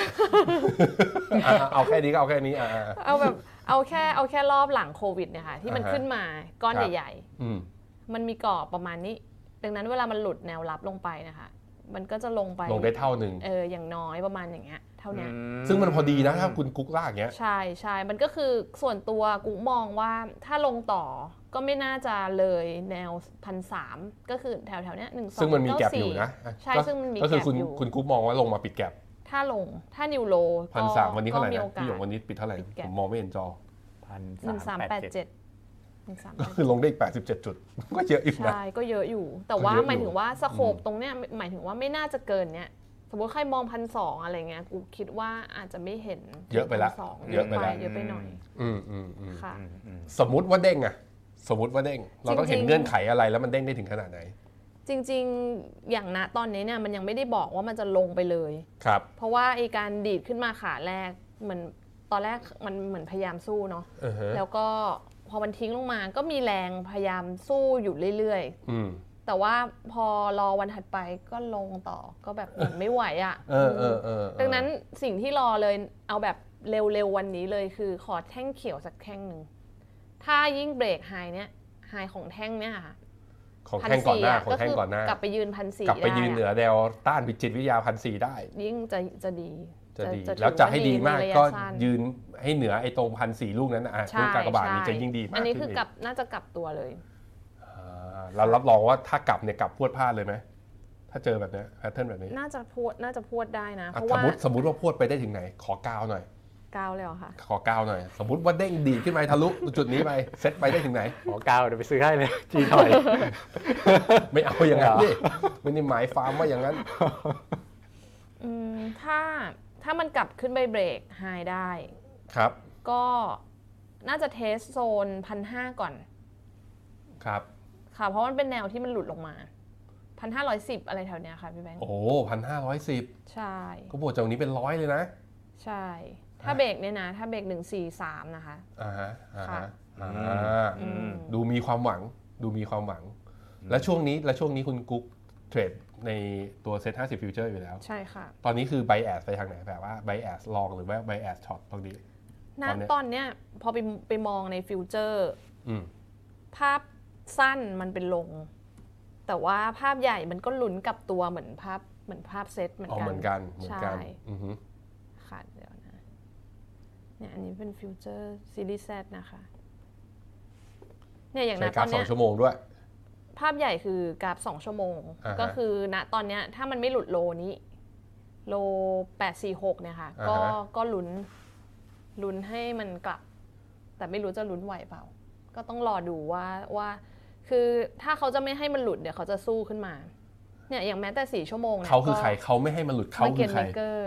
อ่ะเอาแค่นี้ก็เอาแค่นี้อ่ะ เอาแบบเอาแค่เอาแค่รอบหลังโควิดเนี่ยค่ะที่มัน อ่าฮะ ขึ้นมาก้อน ครับ ใหญ่ ๆ อืม มันมีกรอบประมาณนี้ ดังนั้นเวลามันหลุดแนวรับลงไปนะคะ มันก็จะลงไป ลงได้เท่าหนึ่ง เออ อย่างน้อยประมาณอย่างเงี้ย เท่าเนี้ย ซึ่งมันพอดีนะถ้าคุณกุ๊กลากอย่างเงี้ย ใช่ใช่ มันก็คือส่วนตัวกูมองว่าถ้าลงต่อก็ไม่น่าจะเลยแนวพันสามก็คือแถวแถวๆเนี้ยหนึ่งสอง ซึ่งมันมีแกลบอยู่นะ ใช่ ซึ่งมันมี ก็คือคุณ แกลบอยู่ คุณกุ๊กมองว่าลงมาปิดแกลบ ถ้าลงถ้านิวโล พันสามวันนี้เท่าไหร่ ก็มี นะ โอกา พี่หย ส งวันนี้ปิดเท่าไหร่ ปิดแกป ผมมองไม่เห็นจอ พัน หนึ่งสามแปดเจ็ดหนึ่งสามแป ก็ ด คือลงได้อีก 87 จุด ก็เยอะอีกนะ ใช่ ก็เยอะอยู่ แต่ว่า ก็เยอะอยู่ หมายถึงว่าสโคป อืม ตรงเนี้ยหมายถึงว่าไม่น่าจะเกินเนี้ยสมมติใครมองพันสองอะไรเงี้ยกูคิดว่าอาจจะไม่เห็น เยอะไปละ 1,200 เยอะไปละ เยอะไปหน่อย อืมอืมอืม ค่ะ สมมติว่าเด้งอะสมมติว่าเด้ง เราต้องเห็น จริงๆ เงื่อนไขอะไรแล้วมันเด้งได้ถึงขนาดไหน จริงๆอย่างณตอนนี้เนี่ยมันยังไม่ได้บอกว่ามันจะลงไปเลย ครับ เพราะว่าไอการดีดขึ้นมาขาแรกมันตอนแรกมันเหมือนพยายามสู้เนาะ อือฮะ แล้วก็พอมันทิ้งลงมาก็มีแรงพยายามสู้อยู่เรื่อยๆ อืม แต่ว่าพอรอวันถัดไปก็ลงต่อก็แบบเหมือนไม่ไหวอ่ะ เออเออเออเออ ดังนั้นสิ่งที่รอเลยเอาแบบเร็วๆวันนี้เลยคือขอแท่งเขียวสักแท่งหนึ่ง ถ้ายิ่งเบรกไฮเนี้ยไฮของแท่งเนี้ยค่ะ ของแท่งก่อนหน้า 1,400ะ ของแท่งก่อนหน้า ลับไปยืนพันสี่ กลับไปยืน ด้ะ เหนือแนวต้านวิจิตวิทยาพันสี่ได้ ยิ่งจะจะดี จะดี ถือ แล้วจะให้ดีมาก ว่ในระยะ ก็ สั้น ยืนให้เหนือไอ้ตรงพันสี่ลูกนั้นนะอ่ะ ใช่ ลูกกากบาทนี้ ใช่ จะยิ่งดีมาก อันนี้ ขึ้ คือน กลับน่าจะกลับตัวเลย อ่าเรารับรองว่าถ้ากลับเนี่ยกลับพรวดพลาดเลยไหม ถ้าเจอแบบเนี้แพทเทิร์นแบบนี้ น่าจะพูดน่าจะพูดได้นะ อ่ะ เพสมราะว่าม ติสมมติว่าพรวดไปได้ถึงไหน ขอกาวหน่อย กาวเลยเหรอค่ะ ขอกาวหน่อย สมมติว่าเด้งดีดขึ้นไปทะลุจุดนี้ไปเซ็ตไปได้ถึงไหน หมอกาวเดี๋ยวไปซื้อให้เลย จีหน่อย ไม่เอาอย่างนั้นดิไม่ได้หมายฟาร์มว่าอย่างนั้น อืมถ้าถ้ามันกลับขึ้นไปเบรกไฮได้ ครับ ก็น่าจะเทสโซนพันห้าก่อน ครับ ค่ะ เพราะมันเป็นแนวที่มันหลุดลงมาพันห้าร้อยสิบอะไรแถวเนี้ยค่ะพี่แบงค์ โอ้พันห้าร้อยสิบ ใช่ ก็บวกจากวันนี้เป็นร้อยเลยนะ ใช่ ถ้าเบรกเนี่ยนะ ถ้าเบรกหนึ่งสี่สามนะคะ อ่าฮะ อ่าฮะ ค่ะ อ่า อืม ดูมีความหวัง ดูมีความหวัง และช่วงนี้ และช่วงนี้คุณกุ๊กเทรดในตัวเซ็ตห้าสิบฟิวเจอร์อยู่แล้ว ใช่ค่ะ ตอนนี้คือไบแอสไปทางไหนแบบว่าไบแอสลองหรือว่าไบแอสช็อตตรงนี้ ณ ตอนเนี้ย ตอนเนี้ยพอไปไปมองในฟิวเจอร์ อืม ภาพสั้นมันเป็นลง แต่ว่าภาพใหญ่มันก็หลุนกลับตัวเหมือนภาพเหมือนภาพเซตเหมือน เอา กัน เหมือนกัน เหมือนกัน ใช่ อือฮึ ค่ะเดี๋ยวนะ เนี่ยอันนี้เป็นฟิวเจอร์ซีรีส์ Z นะคะ เนี่ยอย่าง ใช้ นะ ก ต รา อ ฟ น สอ เนี้ ง ย ชั่วโมงด้วย ภาพใหญ่คือกราฟ 2 ชั่วโมง อ่าฮะ ก็คือณตอนเนี้ยถ้ามันไม่หลุดโลนี้ โล 846 เนี่ยค่ะ ก็ อ่าฮะ ก็ลุ้นลุ้นให้มันกลับ แต่ไม่รู้จะลุ้นไหวเปล่า ก็ต้องรอดูว่าว่า คือถ้าเขาจะไม่ให้มันหลุดเดี๋ยวเขาจะสู้ขึ้นมา เนี่ยอย่างแม้แต่ 4 ชั่วโมงนี่ย เขาคือ ก็ ใครเขาไม่ให้มันหลุดเขา ไม่ คื เก็ อ ต ใคร เมเกอ ร์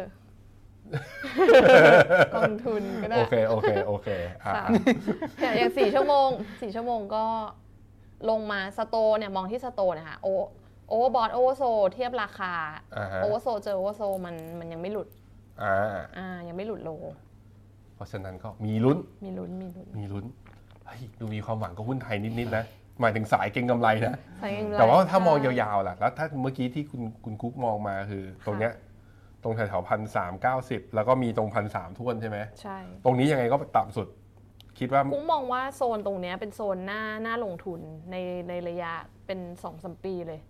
กองทุนก็ได้ โอเค โอเค โอเคอ่ะ ค่ะ อ่ะ เนี่ยอย่างสี่ชั่วโมงสี่ชั่วโมงก็ลงมาสโตเนี่ยมองที่สโตนะคะโอโอเวอร์บอทโอเวอร์โซเทียบราคา อ่าฮะ โอเวอร์โซเจอโอเวอร์โซมันมันยังไม่หลุด อ่า อ่ายังไม่หลุดโล เพราะฉะนั้นก็มีลุ้น มีลุ้นมีลุ้น มีลุ้นเฮ้ยดูมีความหวังกับหุ้นไทยนิด ๆ นะ หมายถึงสายเก็งกำไรนะ ใส่เงินด้วย แต่ว่าถ้ามองยา ค่ะ ว ๆ ล่ะ แล้วถ้าเมื่อกี้ที่คุณคุณคุ๊กมองมาคือ ตรงเนี้ย ตรงแถวๆพันสามเก้าสิบแล้วก็มีตรงพันสามท่วนใช่ไหม ใช่ ตรงนี้ยังไงก็ต่ำสุด คิดว่า กุ้งมองว่าโซนตรงเนี้ยเป็นโซนหน้าหน้าลงทุนในในระยะเป็นสองสมปีเลย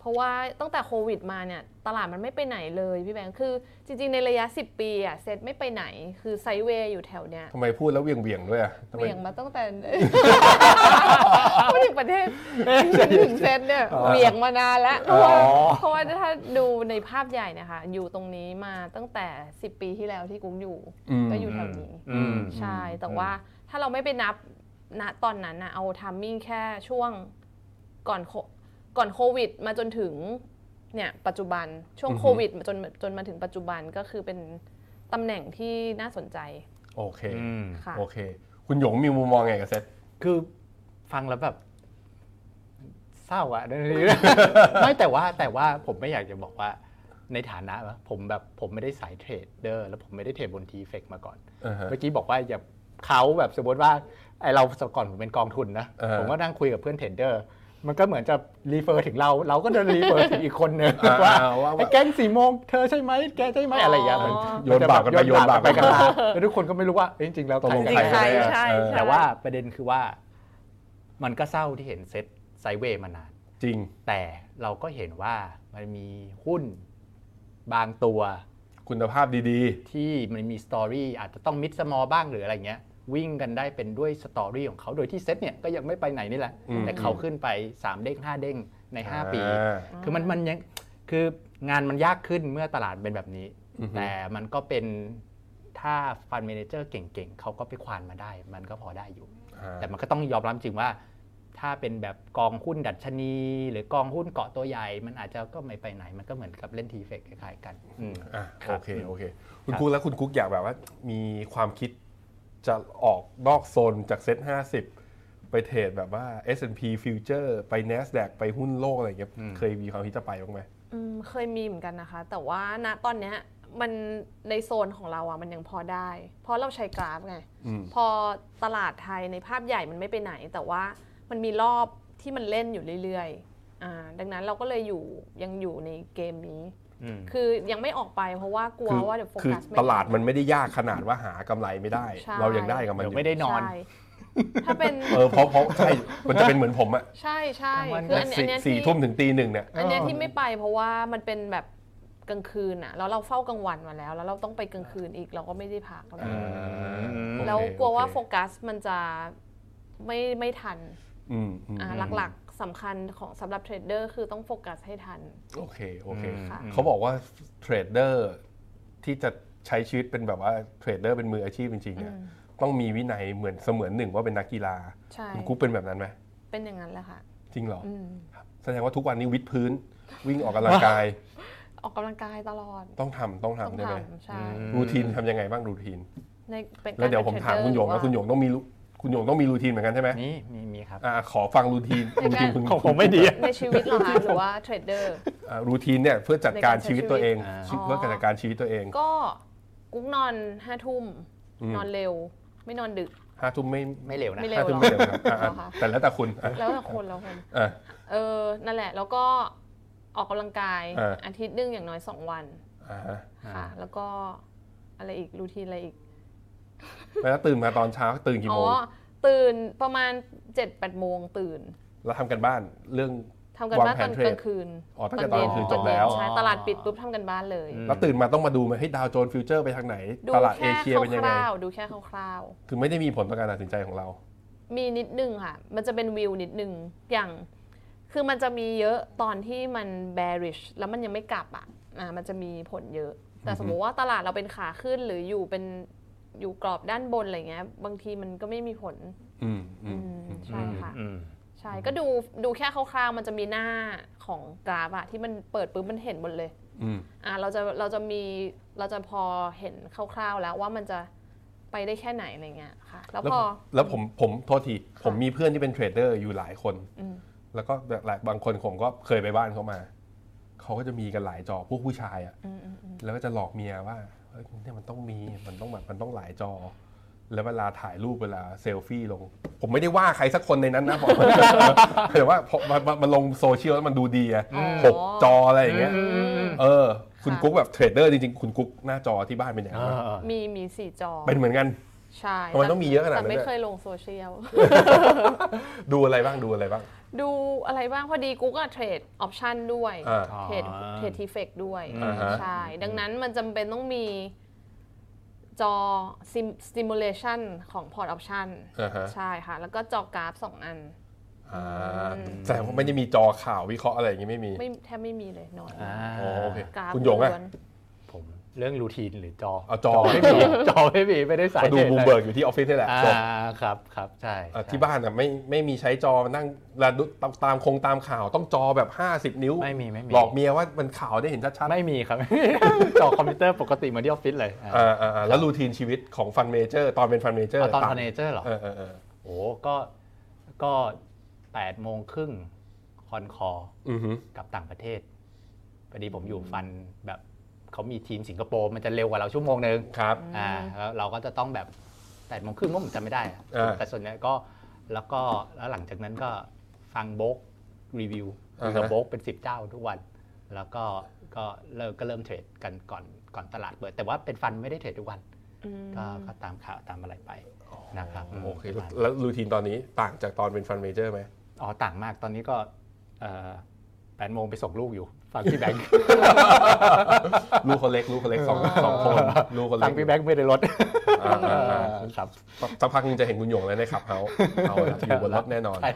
เพราะว่าตั้งแต่โควิดมาเนี่ยตลาดมันไม่ไปไหนเลยพี่แบงค์คือจริง ๆ ในระยะ 10 ปีอะเซ็ตไม่ไปไหนคือไซด์เวย์อยู่แถวเนี้ย ทำไมพูดแล้วเวียงเวียงๆด้วยอะทำ เห ไม วี่ยงมาตั้งแต่ พูดถึงประเทศฉันถึงเซ็ตเนี่ยเหวี่ยงมานานแล้วเพราะว่าเพราะว่าถ้าดูในภาพใหญ่เนะคะอยู่ตรงนี้มาตั้งแต่ 10 ปีที่แล้วที่กุ้งอยู่ ม ก็อยู่แถวนี้ อืม ใช่ แต่ว่าถ้าเราไม่ไปนับณตอนนั้นนะเอาทัมมิ่งแค่ช่วงก่อนโคก่อนโควิด มาจนถึงเนี่ยปัจจุบันช่วงโควิดมาจนจนมาถึงปัจจุบันก็คือเป็นตำแหน่งที่น่าสนใจ โอเค ค่ะ โอเค คุณหยงมีมุมมองไงกับเซ็ต คือฟังแล้วแบบเศร้าอะ ไม่แต่ว่าแต่ว่าผมไม่อยากจะบอกว่าในฐานะว่าผมแบบผมไม่ได้สายเทรดเดอร์ แล้วผมไม่ได้เทรดบนทีเฟกมาก่อน อ่าฮะ เมื่อกี้บอกว่าอย่าเขาแบบสมมติว่าไอเราสก่อนผมเป็นกองทุนนะ อ่าฮะ ผมก็นั่งคุยกับเพื่อนเทรดเดอร์ มันก็เหมือนจะรีเฟอร์ถึงเรา เราก็จะรีเฟอร์ถึงอีกคนนึง อ่า ว่า อ่าว่า ไอ้แก๊งสี่โมงเธอใช่ไหมแกใช่ไหมอะไรอย่างเงี้ยมัน อ๋อ โยนบาปกันไปโยนบาปกันมาโยนบาปกันไปแล้วทุกคนก็ไม่รู้ว่าเอ้ยจริงๆแล้ว ตกลง จริง ใคร ใคร กันแน่ ใช่ เออ ใช่ แต่ว่าประเด็นคือว่า มันก็เศร้าที่เห็นเซ็ตไซด์เวย์มานาน จริง แต่เราก็เห็นว่ามันมีหุ้นบางตัว คุณภาพดี ที่มันมีสตอรี่อาจจะต้องมิดสมอบ้างหรืออะไรเงี้ย วิ่งกันได้เป็นด้วยสตอรี่ของเขาโดยที่เซตเนี่ยก็ยังไม่ไปไหนนี่แหละ อืม แต่เขาขึ้นไป 3 เด้ง 5 เด้งใน ๆ 5 ปี อ่า คือมันมันยังคืองานมันยากขึ้นเมื่อตลาดเป็นแบบนี้ อือฮึ แต่มันก็เป็นถ้าฟันเมนเจอร์เก่งๆ เขาก็ไปควานมาได้ มันก็พอได้อยู่ อ่า แต่มันก็ต้องยอมรับจริงว่า ถ้าเป็นแบบกองหุ้นดัชนี หรือกองหุ้นเกาะตัวใหญ่ มันอาจจะก็ไม่ไปไหนมันก็เหมือนกับเล่นทีเฟกคล้ายๆกันอืม อ่ะ ครั โอบ เค อืม โอเค คุณ ครับ กุ๊กแล้วคุณกุ๊กอยากแบบว่า มีความคิดจะออกนอกโซนจากเซ็ตห้าสิบไปเทรดแบบว่า S&P Future ไป NASDAQ ไปหุ้นโลกอะไรอย่างเงี้ยเคยมีความคิดจะไปบ้างไหม อืมเคยมีเหมือนกันนะคะ แต่ว่าณตอนเนี้ยมันในโซนของเราอะมันยังพอได้ เพราะเราใช้กราฟไง อืม พอตลาดไทยในภาพใหญ่มันไม่ไปไหน แต่ว่ามันมีรอบที่มันเล่นอยู่เรื่อยๆอ่าดังนั้นเราก็เลยอยู่ยังอยู่ในเกมนี้ อืม คือยังไม่ออกไปเพราะว่ากลัว คื ว่าเดี๋ยวโฟ คือ กัสไม่ ตลาดมันไม่ได้ยากขนาดว่าหากำไรไม่ได้ ใช่ เรายังได้กับมันอ เดี๋ย ยู่ วไม่ได้นอน ใช่ถ้าเป็น เออเพราะเพราะใช่ มันจะเป็นเหมือนผมอะ ใช่ใช่ กลางวัน คืออันเนี้ย สี่ อันเนี้ย สี่ ที่ ทุ่มถึงตีหนึ่งเนี่ย อันเนี้ยที่ไม่ไปเพราะว่ามันเป็นแบบกลางคืนอะแล้วเราเฝ้ากลางวันมาแล้ว แล้วเราต้องไปกลางคืนอีกเราก็ไม่ได้พักอะไรอย่าง อ่า เงี้ย โอเค แล้วกลัวว่า อเค โฟกัสมันจะไม่ไม่ทัน อืมอืม อ่าหลักๆสำคัญของสำหรับเทรดเดอร์คือต้องโฟกัสให้ทัน โอเคโอเค อืม ค่ะ เขาบอกว่าเทรดเดอร์ที่จะใช้ชีวิตเป็นแบบว่าเทรดเดอร์เป็นมืออาชีพจริงๆเนี่ยต้องมีวินัยเหมือนเสมือนหนึ่งว่าเป็นนักกีฬา ใช่ คุณกุ๊กเป็นแบบนั้นไหม เป็นอย่างนั้นแหละค่ะ จริงเหรออ อืม แสดงว่าทุกวันนี้วิดพื้น วิ่งออกกำลังกาย ออกกำลังกายตลอด ต้องทำต้อง ต้อง ทำใช่ไหม ทำใช่ รูทีนทำยังไงบ้างรูทีน ในเป็นกร แล้วเดี๋ยวผม ป็น ถาม เทรดเดอร์ คุณหยง รื นะ อ คุณหยงต้องมีรูคุณหยงต้องมีรูทีนเหมือนกันใช่ไหม มีมีมีครับ อ่าขอฟังรูที นรูทีนคุณ ของผมไม่ดีอะ ในชีวิตเหรอคะหรือว่าเทรดเดอ ร์ อ่ารูทีนเนี่ยเพื่อจัดการชีวิตตัวเอง ในการใช้ชีวิต เพื่อจัดการชีวิตตัวเอง ก็กุ๊กนอนห้าทุ่ม อืม นอนเร็ว ไม่นอนดึก ห้าทุ่มไม่ ไม่เร็วนะ ไม่เร็ว ห้าทุ่มไม่เร็วครับอ่ะอ่ะ หรอคะ แต่แล้วแต่คุณอ่ะ แล้วแต่คนแล้วคน อ่ะ เออ นั่นแหละ แล้วก็ออกกำลังกาย เอออ อาทิตย์หนึ่งอย่างน้อยสองวัน อ่าฮะ ค่ะ อ่า แล้วก็อะไรอีก รูทีนอะไรอีก แล้วตื่นมาตอนเช้าตื่นกี่ อ๋ โม อ ง ตื่นประมาณ7จ็ดแปดโมงตื่น แล้วทำกันบ้านเรื่อง ทำกันบ้าน วางแผ ตอน น เทรด กลางคืน อ๋อตั้งแต่ตอนกลางคืนจบแล้ว ใช่ ตลาดปิดปุ๊บทำกันบ้านเลย อืม แล้วตื่นมาต้องมาดูไหมให้ดาวโจนส์ฟิวเจอร์ไปทางไหน ดู ตลาดเอ แค่ เชียเป็นยัง ค ไง ร่าวๆดูแค่คร่าว คือไม่ได้มีผลต่อการตัดสินใจของเรา ๆ มีนิดนึงค่ะ มันจะเป็นวิวนิดนึง อย่าง คือมันจะมีเยอะตอนที่มัน bearish แล้วมันยังไม่กลับอ่ะ อ่า มันจะมีผลเยอะ แต่สมมติว่าตลาดเราเป็นขาขึ้นหรืออยู่เป็นอยู่กรอบด้านบนอะไรเงี้ย บางทีมันก็ไม่มีผล อืม อืมใช่ค่ะ อืม ใช่ ก็ดูดูแค่คร่าวๆ มันจะมีหน้าของกราฟอะที่มันเปิดปุ๊บมันเห็นหมดเลย อืม อ่ะเราจะเราจะมีเราจะพอเห็นคร่าวๆแล้วว่ามันจะไปได้แค่ไหนอะไรเงี้ยค่ะ แล้ว แล้ว พอ แล้วผมผมโทษที ะ ผมมีเพื่อนที่เป็นเทรดเดอร์อยู่หลายคน อืม แล้วก็หลายบางคนผมก็เคยไปบ้านเขามา เขาก็จะมีกันหลายจอพวกผู้ชายอะ อืมอืมอืม แล้วก็จะหลอกเมียว่าเฮ้ยเนี่ยมันต้องมี มันต้องแบบมันต้องหลายจอ แล้วเวลาถ่ายรูปเวลาเซลฟี่ลง ผมไม่ได้ว่าใครสักคนในนั้นนะผม แต่ว่าพอมันมันมันลงโซเชียลแล้วมันดูดีอะ อ๋อ หกจออะไรอย่างเงี้ย ม เออ คุณ ค่ะ กุ๊กแบบเทรดเดอร์จริงๆ คุณกุ๊กหน้าจอที่บ้านเป็นอย่างไร มีมีสี่จอ เป็นเหมือนกัน ใช่ ทำไมต้องมีเยอะขนาดนั้น แต่ไม่ ด้วย เคยลงโซเชียล ดูอะไรบ้างดูอะไรบ้าง ดูอะไรบ้างพอดีกูก็เทรดออปชันด้วย อ่า เทรดเทรดทีเฟกด้วย อ่าฮะ ใช่ ดังนั้นมันจำเป็นต้องมีจอ sim- stimulation ของพอร์ตออปชัน อ่าฮะ ใช่ค่ะ แล้วก็จอกราฟสองอัน อ่าแต่ว่าไม่ได้มีจอข่าววิเคราะห์อะไรอย่างงี้ไม่มี ไม่แทบไม่มีเลยน้อย อ่า อ๋อโอเค กราฟ คุณหยงอะ ล้วน ผมเรื่องรูทีนหรือจอ เอาจอ ไม่ มีจอไม่มีไม่ได้สาย มาดู ทรลย บูมเบิร์กอยู่ที่ออฟฟิศนี่แหละ อ่า จบ ครับครับใช่ อ่ะ ใช่ ที่บ้านอ่ะไม่ไม่มีใช้จอมานั่งระดุตามตามคงตามข่าวต้องจอแบบ 50 นิ้ว ไม่มีไม่มี หลอกเมียว่ามันข่าวได้เห็นชัด ไม่มีครับ จอคอมพิวเตอร์ปกติเหมือนที่ออฟฟิศเลย ๆอ่าอ่าอ่าแล้วรูทีนชีวิตของฟันเมเจอร์ ตอนเป็นฟันเมเจอร์ เอาตอนทันเนเจอร์เหรอ เออเออเออ โอ้ก็ก็แปดโมงครึ่งคอนคอ อือฮึ กับต่างประเทศพอดีผมอยู่ฟันแบบเขามีทีมสิงคโปร์มันจะเร็วกว่าเราชั่วโมงนึง ครับ อ่าแล้วเราก็จะต้องแบบแปดโมงครึ่งก็ผมจำไม่ได้อะ เออ แต่ส่วนใหญ่ก็แล้วก็แล้วหลังจากนั้นก็ฟังโบก รีวิว อ่าฮะ กับบล็อกเป็น 10 เจ้าทุกวัน แล้วก็ก็เริ่มก็เริ่มเทรดกันก่อนก่อนตลาดเปิด แต่ว่าเป็นฟันไม่ได้เทรดทุกวัน อืม ก็ก็ตามข่าวตามอะไรไปนะครับม โอเค ประมาณ แล้วรูทีนตอนนี้ต่างจากตอนเป็นฟันเมเจอร์ไหม อ๋อต่างมากตอนนี้ก็เอ่อแปดโมงไปส่งลูกอยู่ ฟังพี่แบงค์ ลูกคนเล็กลูกคนเล็กสองสองคนลูกคนเล็ ฟั ก งพี่แบงค์ไม่ได้ลด อ่าอ่าอ่า ครับ สักพักหนึงจะเห็นคุณหยงแล้วในขับเฮาเอาละอยู่บนรถแน่นอน ใช่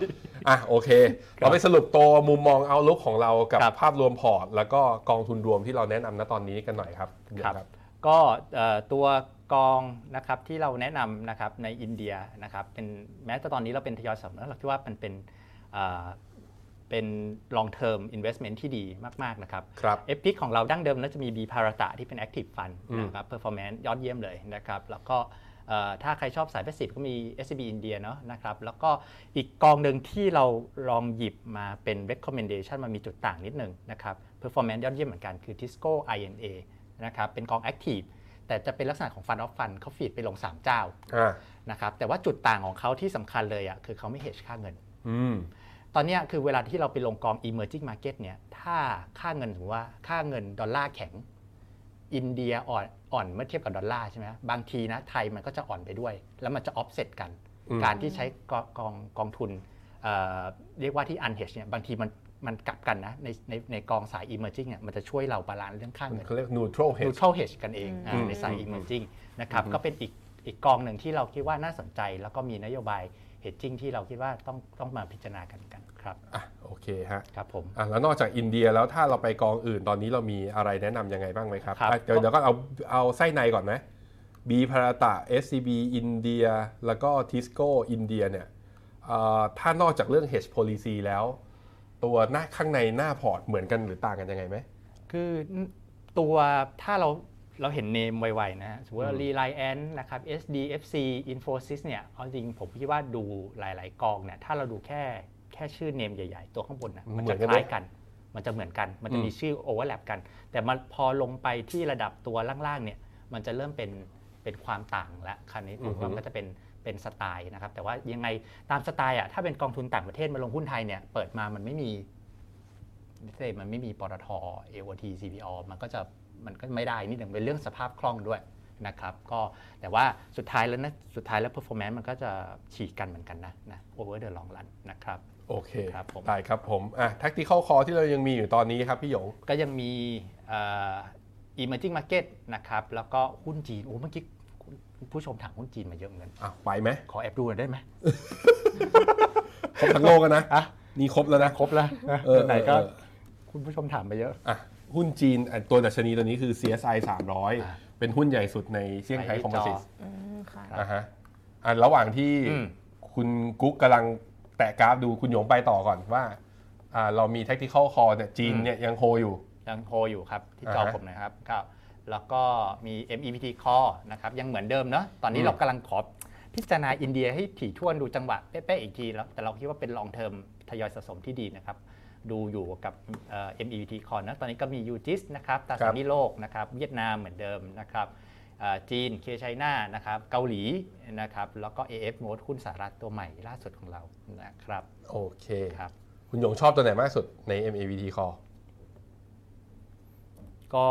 อ่ะโอเค เราไปสรุปตัวมุมมองเอาลุกของเรากับ ครับ ภาพรวมพอร์ต แล้วก็กองทุนรวมที่เราแนะนำณตอนนี้กันหน่อยครับณหยง ครับก็เอ่อตัวกองนะครับที่เราแนะนำนะครับในอินเดียนะครับเป็นแม้แต่ตอนนี้เราเป็นทยอยสำนักเราคิดว่ามันเป็นเอ่อเป็น long term investment ที่ดีมาก ๆ นะครับ ครับ เอพิกของเราดั้งเดิมแล้วจะมีบีพาราตะที่เป็น Active Fund อืม นะครับ Performance ยอดเยี่ยมเลยนะครับ แล้วก็เอ่อถ้าใครชอบสาย Passive ก็มี SCB อินเดียเนาะนะครับ แล้วก็อีกกองหนึ่งที่เราลองหยิบมาเป็น Recommendation มันมีจุดต่างนิดหนึ่งนะครับ Performance ยอดเยี่ยมเหมือนกันคือ Tisco INA นะครับ เป็นกอง Active แต่จะเป็นลักษณะของ Fund of Fund เขาฟีดไปลง 3 เจ้า อ่า นะครับ แต่ว่าจุดต่างของเขาที่สำคัญเลยอะ่ะคือเขาไม่เฮชค่าเงิน อืม ตอนเนี้ยคือเวลาที่เราไปลงกอง emerging market เนี่ย ถ้าค่าเงินถือว่าค่าเงินดอลลาร์แข็ง อินเดียอ่อนอ่อนเมื่อเทียบกับดอลลาร์ใช่ไหมบางทีนะไทยมันก็จะอ่อนไปด้วย แล้วมันจะ offset กัน อืม การที่ใช้กองกองกองทุนเอ่อเรียกว่าที่ unhedge เนี่ย บางทีมันมันกลับกันนะ ในในในกองสาย emerging เนี่ย มันจะช่วยเราบาลานซ์เรื่องค่า มัน เงิน เขาเรียก neutral hedge neutral hedge กันเองอ่า อืม ในสาย อืม emerging นะครับ อืม ก็เป็นอีกอีกกองหนึ่งที่เราคิดว่าน่าสนใจ แล้วก็มีนโยบาย hedging ที่เราคิดว่าต้องต้องมาพิจารณากันกันครับ อ่ะโอเคฮะ ครับผม อ่ะแล้วนอกจากอินเดียแล้วถ้าเราไปกองอื่นตอนนี้เรามีอะไรแนะนำยังไงบ้างไหมครับ ครับ อ่ะเดี๋ยวเดี๋ยวก็เอาเอาไส้ในก่อนไหมบีพาราตะ SCB อินเดียแล้วก็ทิสโก้อินเดียเนี่ยเอ่อถ้านอกจากเรื่อง hedge policy แล้ว ตัวหน้าข้างในหน้าพอร์ตเหมือนกันหรือต่างกันยังไงไหม คือตัวถ้าเราเราเห็นเนมไวๆนะฮะสมมติ อืม รีไลแอนนะครับ SDFC Infosys เนี่ยเอาจริงผมคิดว่าดูหลายๆกองเนี่ยถ้าเราดูแค่แค่ชื่อเนมใหญ่ๆ ตัวข้างบนนะมัน เหมื จะ อน ค กันไหม ล้ายกัน มันจะเหมือนกัน มันจะ อืม มีชื่อโอเวอร์แลปกัน แต่มันพอลงไปที่ระดับตัวล่างๆเนี่ยมันจะเริ่มเป็นเป็นความต่างละคราวนี้ผมว่ามันก็จะเป็นเป็นสไตล์นะครับแต่ว่ายังไงตามสไตล์อ่ะถ้าเป็นกองทุนต่างประเทศมาลงหุ้นไทยเนี่ยเปิดมามันไม่มี เศษมันไม่มีปตท AOT CPO มันก็จะมันก็ไม่ได้นิดหนึ่งเป็นเรื่องสภาพคล่องด้วยนะครับ ก็แต่ว่าสุดท้ายแล้วนะสุดท้ายแล้ว performance มันก็จะฉีกกันเหมือนกันนะนะ over the long run นะครับ โอเค ครับผม ได้ครับผมอ่ะ tactical call ที่เรายังมีอยู่ตอนนี้ครับพี่หยง ก็ยังมีเอ่อ emerging market นะครับ แล้วก็หุ้นจีน โอ้เมื่อกี้คุณผู้ชมถามหุ้นจีนมาเยอะเหมือนกัน อ่ะ ไป ไหม ขอแอบดูหน่อยได้ไหม ครบทั้งโลกแล้วนะ อ่ะ นี่ครบแล้วนะ ครบแล้วนะ เออ ไหนก็ เออเอ คุณผู้ชมถามมาเยอะ อ่ะ หุ้นจีนอ่ะตัวดัชนีตัวนี้คือ CSI อ่ะ 300 เป็นหุ้นใหญ่สุดในเซี่ยงไฮ้ ไปที่ คอมโพสิต จอ อืมค่ะ อ่ะฮะอ่ะระหว่างที่ อืม คุณกุ๊กกำลังแตะกราฟดูคุณหยงไปต่อก่อนว่าอ่า เรามี tactical call เนี่ยจีนเนี่ยยังโฮอยู่ ยังโฮอยู่ครับ ที่จอ อ่าฮะ ผมนะครับครับ แล้วก็มี MEPT Core นะครับ ยังเหมือนเดิมเนาะตอนนี้ อืม เรากำลังขอพิจารณาอินเดียให้ถี่ถ้วนดูจังหวะเป๊ะๆอีกทีแล้วแต่เราคิดว่าเป็นลองเทอมทยอยสะสมที่ดีนะครับ ดูอยู่กับเอ่อ MEPT Core นะตอนนี้ก็มี UGIS นะครับตราสารหนี้โลกนะครับ เวียดนามเหมือนเดิมนะครับเอ่อจีน เคไชน่านะครับเกาหลีนะครับแล้วก็ AF Mode หุ้นสหรัฐตัวใหม่ล่าสุดของเรานะครับ โอเค ครับ คุณหยงชอบตัวไหนมากสุดใน MAVT call ก็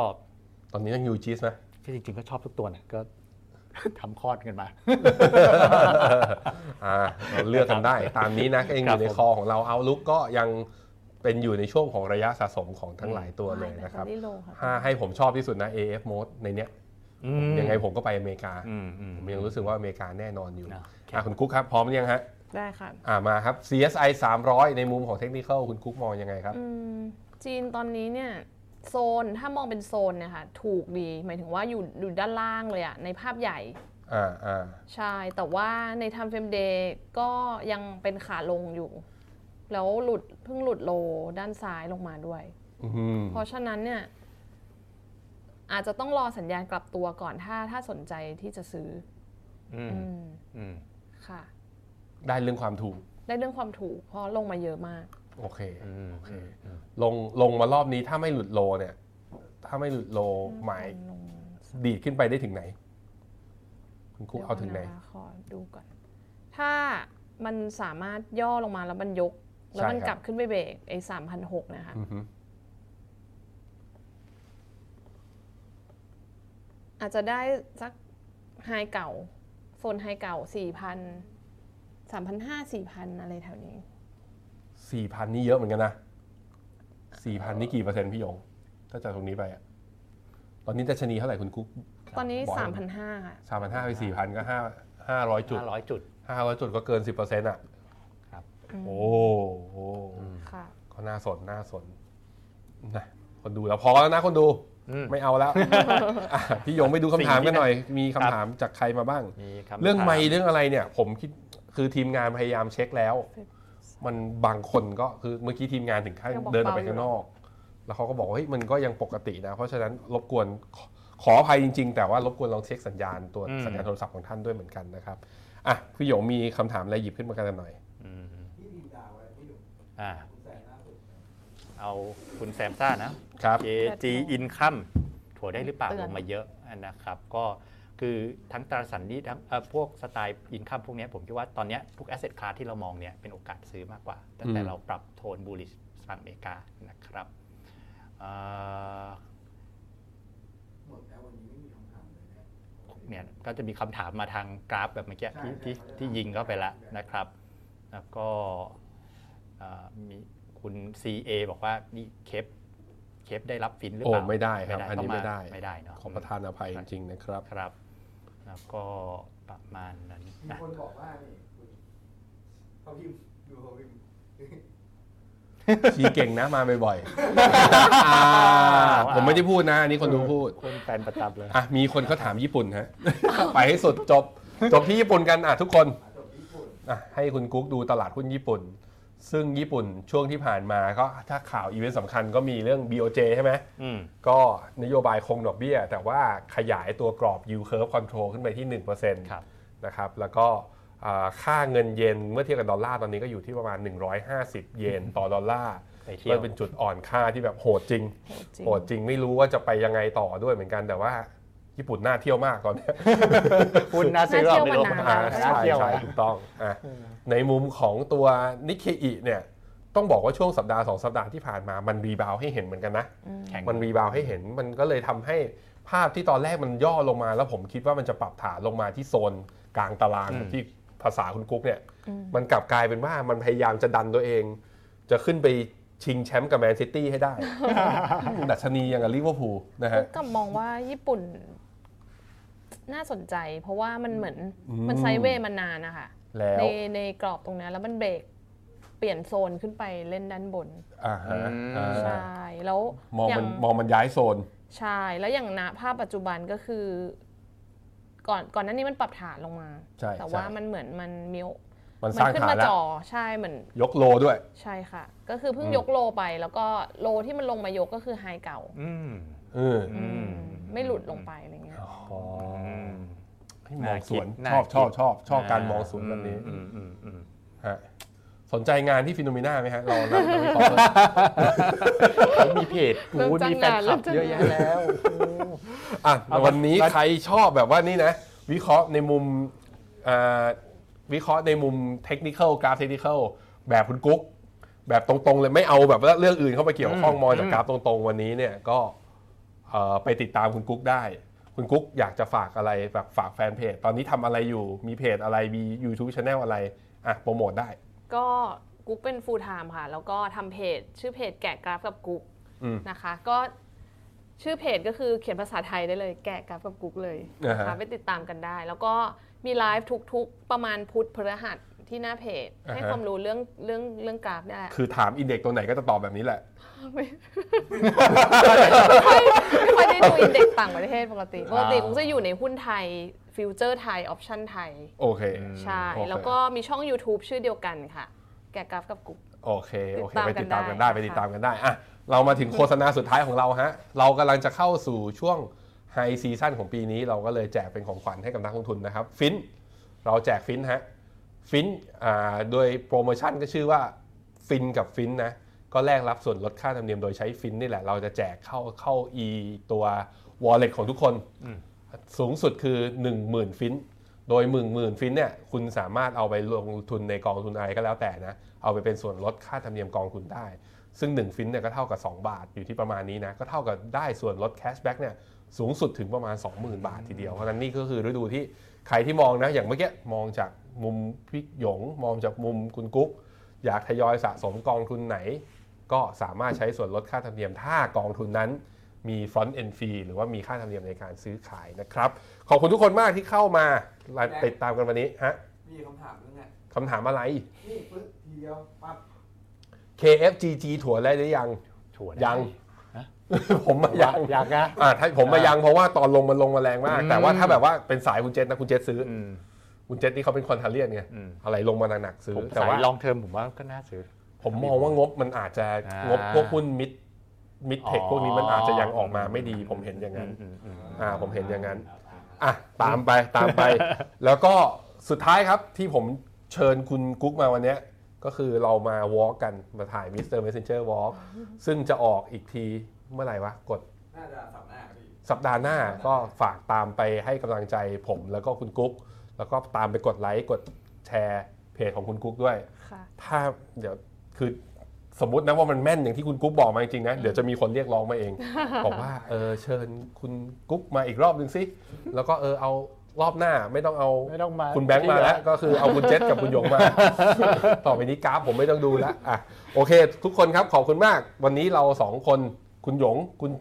ตอนนี้ยังยูจีสไหม ก็จริงๆก็ชอบทุกตัวนะก็ ทำคลอดกันมา อ่าเราเลือกกันได้ ตามนี้นะก็ยังอยู่ใน ครัคบผมอของเราเอาลุกก็ยังเป็นอยู่ในช่วงของระยะสะสมของทั้งหลายตัวเลยนะครับ ได้ลงค่ะ ถ้าให้ผมชอบที่สุดนะ AF mode ในเนี้ย อืม ยังไงผมก็ไปอเมริกา อืมอืม ผมยังรู้สึกว่าอเมริกาแน่นอนอยู่ เนอะ อ่ะคุณกุ๊กครับ พร้อมหรือยังฮะ ได้ค่ะ อ่ามาครับ CSI 300 ในมุมของเทคนิคคุณกุ๊กมองยังไงครับ อืมจีนตอนนี้เนี่ยโซนถ้ามองเป็นโซนเนี่ยค่ะถูกดี หมายถึงว่าอยู่อยู่ด้านล่างเลยอะในภาพใหญ่ อ่าอ่า ใช่แต่ว่าในไทม์เฟรมเดย์ก็ยังเป็นขาลงอยู่ แล้วหลุดเพิ่งหลุดโลด้านซ้ายลงมาด้วย อื้อหือ เพราะฉะนั้นเนี่ยอาจจะต้องรอสัญญาณกลับตัวก่อนถ้าถ้าสนใจที่จะซื้อ อื อ ม อืม อืม ค่ะ ได้เรื่องความถูก ได้เรื่องความถูกเพราะลงมาเยอะมาก โอเค อืม โอเค อืม ลงลงมารอบนี้ถ้าไม่หลุดโลเนี่ย ถ้าไม่หลุดโลหมาย ดีดขึ้นไปได้ถึงไหน คุณครูเอาถึงไหน ดี๋ยวก่อะคะขอดูก่อน ถ้ามันสามารถย่อลงมาแล้วมันยก แล้วมัน ใช่ครับ กลับขึ้นไปเบรกไอ้สามพันหกนะคะ อือฮึ อาจจะได้สักไฮเก่าโซนไฮเก่าสี่พันสามพันห้าสี่พันอะไรแถวนี้ สี่พันนี่เยอะเหมือนกันนะสี่พันนี่กี่เปอร์เซ็นต์พี่หยงถ้าจากตรงนี้ไปอะตอนนี้ดัชนีเท่าไหร่คุณกุ๊ก ตอนนี้ บอย สามพันห้าค่ะ สามพันห้าไปสี่พันก็ห้าห้าร้อยจุด ห้าร้อยจุด ห้าร้อยจุดก็เกินสิบเปอร์เซ็นต์อ่ะ ครับ โอ้โห ค่ะ ก็น่าสนน่าสนนะคนดูแล้วพอแล้วนะคนดู อืม ไม่เอา แล้วอ่ะพี่หยงไปดูคำถามกันหน่อย มีคำ ครับ ถามจากใครมาบ้าง มีคำถา เรื่องไม่เรื่องอะไรเนี่ย ผมคิดคือทีมงานพยายามเช็คแล้ว มันบางคนก็คือเมื่อกี้ทีมงานถึงขั้น ยังบอก เดินออกไป เบาอยู่ ข้างนอก แล้วเขาก็บอกว่าเฮ้ยมันก็ยังปกตินะ เพราะฉะนั้นรบกวนขอขออภัยจริง ๆ แต่ว่ารบกวนลองเช็คสัญญาณตัวสัญญาณโทรศัพท์ของท่านด้วยเหมือนกันนะครับอ่ะพี่หยงมีคำถามอะไรหยิบขึ้นมากันหน่อย อืม พี่ดีดาวอะไรพี่อยู่ อ่า คุณแสนล่าสุด เอาคุณแซมซ่านะ ครับ JG Income ถั่วได้หรือเปล่า เตือน ลงมาเยอะนะครับ ก็คือทั้งตราสารหนี้ทั้งเอ่อพวกสไตล์ Income พวกเนี้ยผมคิดว่าตอนเนี้ยทุก Asset Class ที่เรามองเนี่ยเป็นโอกาสซื้อมากกว่า ตั้งแต่ อืม เราปรับโทน bullish ฝั่งอเมริกานะครับเอ่อ หมดแล้ววันนี้ไม่มีคำถามเลยนะ เนี่ยก็จะมีคำถามมาทางกราฟแบบเมื่อกี้ที่ ใช่ ที่ ใช่ ที่ยิงเข้าไปแล้วนะครับ แล้วก็เอ่อมีคุณ CA บอกว่านี่เคปเคปได้รับฟินหรือ โอ้ เปล่า ไม่ได้ครับอันนี้ ต้งา ไม่ได้ ไม่ได้เนาะ ขอประทานอภัยจริงๆนะครับ ครับ แล้วก็ประมาณนั้น มี นะ คนบอกว่านี่คุณเขาพิมพ์ดูเขาพิมพ์ ชี้เก่งนะมาบ่อยๆอ่าผมไม่ได้พูดนะอันนี้คนดูพูด คนแฟนประจำเลย อ่ะมีคนเขาถามญี่ปุ่นฮะ ไปให้สุดจบ จบที่ญี่ปุ่นกันอ่ะทุกคน หาจบญี่ปุ่น อ่ะให้คุณกุ๊กดูตลาดหุ้นญี่ปุ่น ซึ่งญี่ปุ่นช่วงที่ผ่านมาก็ถ้าข่าวอีเวนต์สำคัญก็มีเรื่อง BOJ ใช่ไหม อืม ก็นโยบายคงดอกเบี้ย แต่ว่าขยายตัวกรอบ yield curve control ขึ้นไปที่ 1%น ครับ ะครับแล้วก็อ่าค่าเงินเยนเมื่อเทียบกับดอลลาร์ตอนนี้ก็อยู่ที่ประมาณ 150 เยนต่อดอลลาร์ ไปเที่ย เริ่ ว มเป็นจุดอ่อนค่าที่แบบโหดจริง โหดจริง โหดจริงไม่รู้ว่าจะไปยังไงต่อด้วยเหมือนกันแต่ว่า ญี่ปุ่นน่าเที่ยวมากตอนเนี้ย คุณน่าซื้อรอบในโลก น่าเที่ยวมานาน อ่าใช่ใช่น่าเที่ยว ใช่ อะ ถูกต้องอ่ะในมุมของตัวนิเคอิเนี่ยต้องบอกว่าช่วงสัปดาห์สองสัปดาห์ที่ผ่านมามันรีบาวด์ให้เห็นเหมือนกันนะ อืม แข็ง มันรีบาวด์ให้เห็นมันก็เลยทำให้ภาพที่ตอนแรกมันย่อลงมา แล้วผมคิดว่ามันจะปรับฐานลงมาที่โซนกลางตาราง อืม ที่ภาษาคุณกุ๊กเนี่ย อืม มันกลับกลายเป็นว่ามันพยายามจะดันตัวเอง จะขึ้นไปชิงแชมป์กับแมนซิตี้ ให้ได้ ดัชนีอย่างกับลิเวอร์พูลนะฮะ กลับมองว่าญี่ปุ่น น่าสนใจ เพราะว่ามันเหมือน อืม มันไซด์เวย์มานานนะคะ แล้ว ในในกรอบตรงนั้นแล้วมันเบรกเปลี่ยนโซนขึ้นไปเล่นด้านบน อ่าฮะ อืม อ่า ใช่ แล้ว มอง ย่า มันมองมันย้ายโซน ใช่ แล้วอย่างณภาพปัจจุบันก็คือ ก่อนก่อนหน้านี้มันปรับฐานลงมา ใช่ แต่ ใช่ ว่ามันเหมือนมันมิว มัน มั สร้าง ขึ้น ฐาน มา แล้ว จ่อใช่เหมือน ยกโลด้วย ใช่ค่ะ ก็คือเพิ่ง อืม ยกโลไป แล้วก็โลที่มันลงมายกก็คือไฮเก่า อืม เออ อืมไม่หลุดลงไปอะไรเงี้ย อืม ให้มองสวน น่า ชอบชคิดอบชอบชอบการมองสวนแบบนี้ อืมอืมอืม ฮะสนใจงานที่ฟิโนเมนาไหมฮะ เราเรา เราวิเคราะห์ เขามีเพจ เริ่ม กูด จ้าง มีแฟน งาน คลับ แล้วจ้าง เยอะแยะแล้ว อ่ะ เอา วันนี้ แล้ว ใครชอบแบบว่านี่นะ วิเคราะห์ในมุมอ่าวิเคราะห์ในมุมเทคนิคอลกราฟเทคนิคอลแบบคุณกุ๊ก แบบตรงๆเลยไม่เอาแบบว่าเรื่องอื่นเข้ามาเกี่ยวข้องมองจากกราฟตรงๆ วันนี้เนี่ยก็เอ่อไปติดตามคุณกุ๊กได้ คุณกุ๊กอยากจะฝากอะไรฝากฝากแฟนเพจ ตอนนี้ทำอะไรอยู่มีเพจอะไรมี YouTube Channel อะไรอ่ะโปรโมทได้ ก็กุ๊กเป็น full time ค่ะ แล้วก็ทำเพจ ชื่อเพจแกะกราฟกับกุ๊ก อืม นะคะ ก็ชื่อเพจก็คือเขียนภาษาไทยได้เลย แกะกราฟกับกุ๊กเลยนะ อ่า คะ ฮะ ไปติดตามกันได้ แล้วก็มีไลฟ์ทุกๆ ประมาณพุธพฤหัสที่หน้าเพจ อ่าฮะ ให้ความรู้เรื่องเรื่องเรื่องกราฟ ได้แหละ คือถามอินเด็กตัวไหนก็จะตอบแบบนี้แหละ ไม่ค่อยไม่ค่อยได้ดูอินเด็กซ์ต่างประเทศปกติปกติกุ๊กจะอยู่ในหุ้นไทยฟิวเจอร์ไทยออปชั่นไทย โอเค ใช่ โอเค แล้วก็มีช่อง YouTube ชื่อเดียวกันค่ะ แกะกราฟกับกุ๊ก โอเค โอเค ไป ติ ติด ด ตา ตาม มกั กัน นได้ ได้ นะคะ ไปติดตามกันได้อะเรามาถึงโฆษณาสุดท้ายของเราฮะ เรากำลังจะเข้าสู่ช่วงไฮซีซั่นของปีนี้ เราก็เลยแจกเป็นของขวัญให้กับนักลงทุนนะครับ ฟิน เราแจกฟินฮะ ฟินอ่าโดยโปรโมชั่นก็ชื่อว่าฟินกับฟินนะ ก็แลกรับส่วนลดค่าธรรมเนียมโดยใช้ฟินนี่แหละ เราจะแจกเข้าเข้าอีตัว wallet ของทุกคน สูงสุดคือ 10,000 ฟิน โดยหมื่นหมื่นฟินเนี่ยคุณสามารถเอาไปลงทุนในกองทุนอะไรก็แล้วแต่นะ เอาไปเป็นส่วนลดค่าธรรมเนียมกองทุนได้ ซึ่ง 1 ฟินเนี่ยก็เท่ากับ 2 บาทอยู่ที่ประมาณนี้นะ ก็เท่ากับได้ส่วนลดแคชแบ็กเนี่ยสูงสุดถึงประมาณ 20,000 บาททีเดียว เพราะฉะนั้นนี่ก็คือฤดูที่ใครที่มองนะ อย่างเมื่อกี้มองจากมุมพี่หยง มองจากมุมคุณกุ๊ก อยากทยอยสะสมกองทุนไหน ก็สามารถใช้ส่วนลดค่าธรรมเนียมถ้ากองทุนนั้นมี front end fee หรือว่ามีค่าธรรมเนียมในการซื้อขายนะครับ ขอบคุณทุกคนมากที่เข้ามาติดตามกันวันนี้ฮะ มีคำถามเรื่องไง คำถามอะไร นี่ปึ๊บทีเดียวปั๊บ KFGG ถั่วได้หรือยัง ถั่ว ยัง ฮะ ผมมายัง ยังนะ อ่าถ้าผมมายังเพราะว่าตอนลงมันลงมาแรงมาก อืม แต่ว่าถ้าแบบว่าเป็นสายคุณเจษนะคุณเจษซื้ออ อืม คุณเจษนี่เขาเป็นคอนเทเลียนไง อืม อะไรลงมาหนักๆซื้อ ผม แต่ สาย ว่า ลองเทอมผมว่าก็น่าซื้อ ผมมองว่างบมันอาจจะ อ่าง ง บพวกหุ้นมิดมิดเทค อ๋อ พวกนี้มันอาจจะยังออกมาไม่ดี ผมเห็นอย่างนั้น อืมอืมอืม อ่าผมเห็นอย่างนั้นอ่ะตามไป ตามไป แล้วก็สุดท้ายครับที่ผมเชิญคุณกุ๊กมาวันเนี้ยก็คือเรามาวอล์กกันมาถ่ายมิสเตอร์เมสเซนเจอร์วอล์กซึ่งจะออกอีกทีเมื่อไหร่วะกด น่าจะสัปดาห์พี่ สัปดาห์หน้าก็ฝากตามไปให้กำลังใจผมแล้วก็คุณกุ๊ก แล้วก็ตามไปกดไลค์กดแชร์เพจของคุณกุ๊กด้วย ค่ะ ถ้าเดี๋ยวคือสมมตินะว่ามันแม่นอย่างที่คุณกุ๊กบอกมาจริงๆนะ เดี๋ยวจะมีคนเรียกร้องมาเอง บอกว่าเออเชิญคุณกุ๊กมาอีกรอบหนึ่งสิ แล้วก็เออเอารอบหน้าไม่ต้องเอา ไม่ต้องมา คุณแบงค์มาแล้ว ก็คือเอาคุณเจษกับคุณหยง มา ต่อไปนี้กราฟผมไม่ต้องดูแล้วอ่ะโอเค ทุกคนครับขอบคุณมาก วันนี้เราสองคนคุณหยงคุณ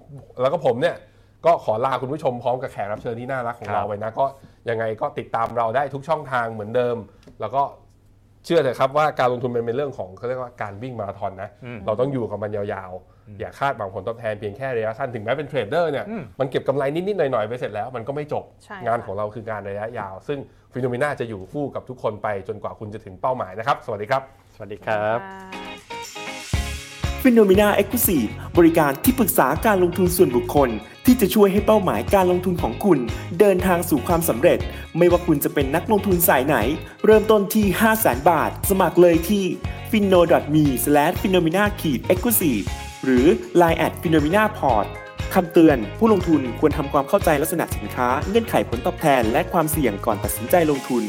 แล้วก็ผมเนี่ย ก็ขอลาคุณผู้ชมพร้อมกับแขกรับเชิญที่น่ารักของ ครับ เราไปนะก็ยังไงก็ติดตามเราได้ทุกช่องทางเหมือนเดิม แล้วก็เชื่อเถอะครับว่าการลงทุนมันเป็นเรื่องของเขาเรียกว่าการวิ่งมาราธอนนะ อืม เราต้องอยู่กับมันยาวๆ อย่าคาดหวังผลตอบแทนเพียงแค่ระยะสั้นถึงแม้เป็นเทรดเดอร์เนี่ย อืม มันเก็บกำไรนิดๆหน่อยๆ ไปเสร็จแล้วมันก็ไม่จบ ใช่ งาน ค่ะ ของเราคืองานระยะยาว ซึ่งฟิโนเมนาจะอยู่คู่กับทุกคนไปจนกว่าคุณจะถึงเป้าหมายนะครับ สวัสดีครับ สวัสดีครับ บ h e n o m e n a e x c l u s i v e บริการที่ปรึกษาการลงทุนส่วนบุคคล ที่จะช่วยให้เป้าหมายการลงทุนของคุณ เดินทางสู่ความสำเร็จ ไม่ว่าคุณจะเป็นนักลงทุนสายไหน เริ่มต้นที่ 5 0 0 0 0 0 บาท สมัครเลยที่ f i n o m e p h e n o m e n a e x c l u s i v e หรือ line at p h e n o m e n a p o r t คำเตือน ผู้ลงทุนควรทำความเข้าใจลักษณะสินค้า เงื่อนไขผลตอบแทน และความเสี่ยงก่อนตัดสินใจลงทุน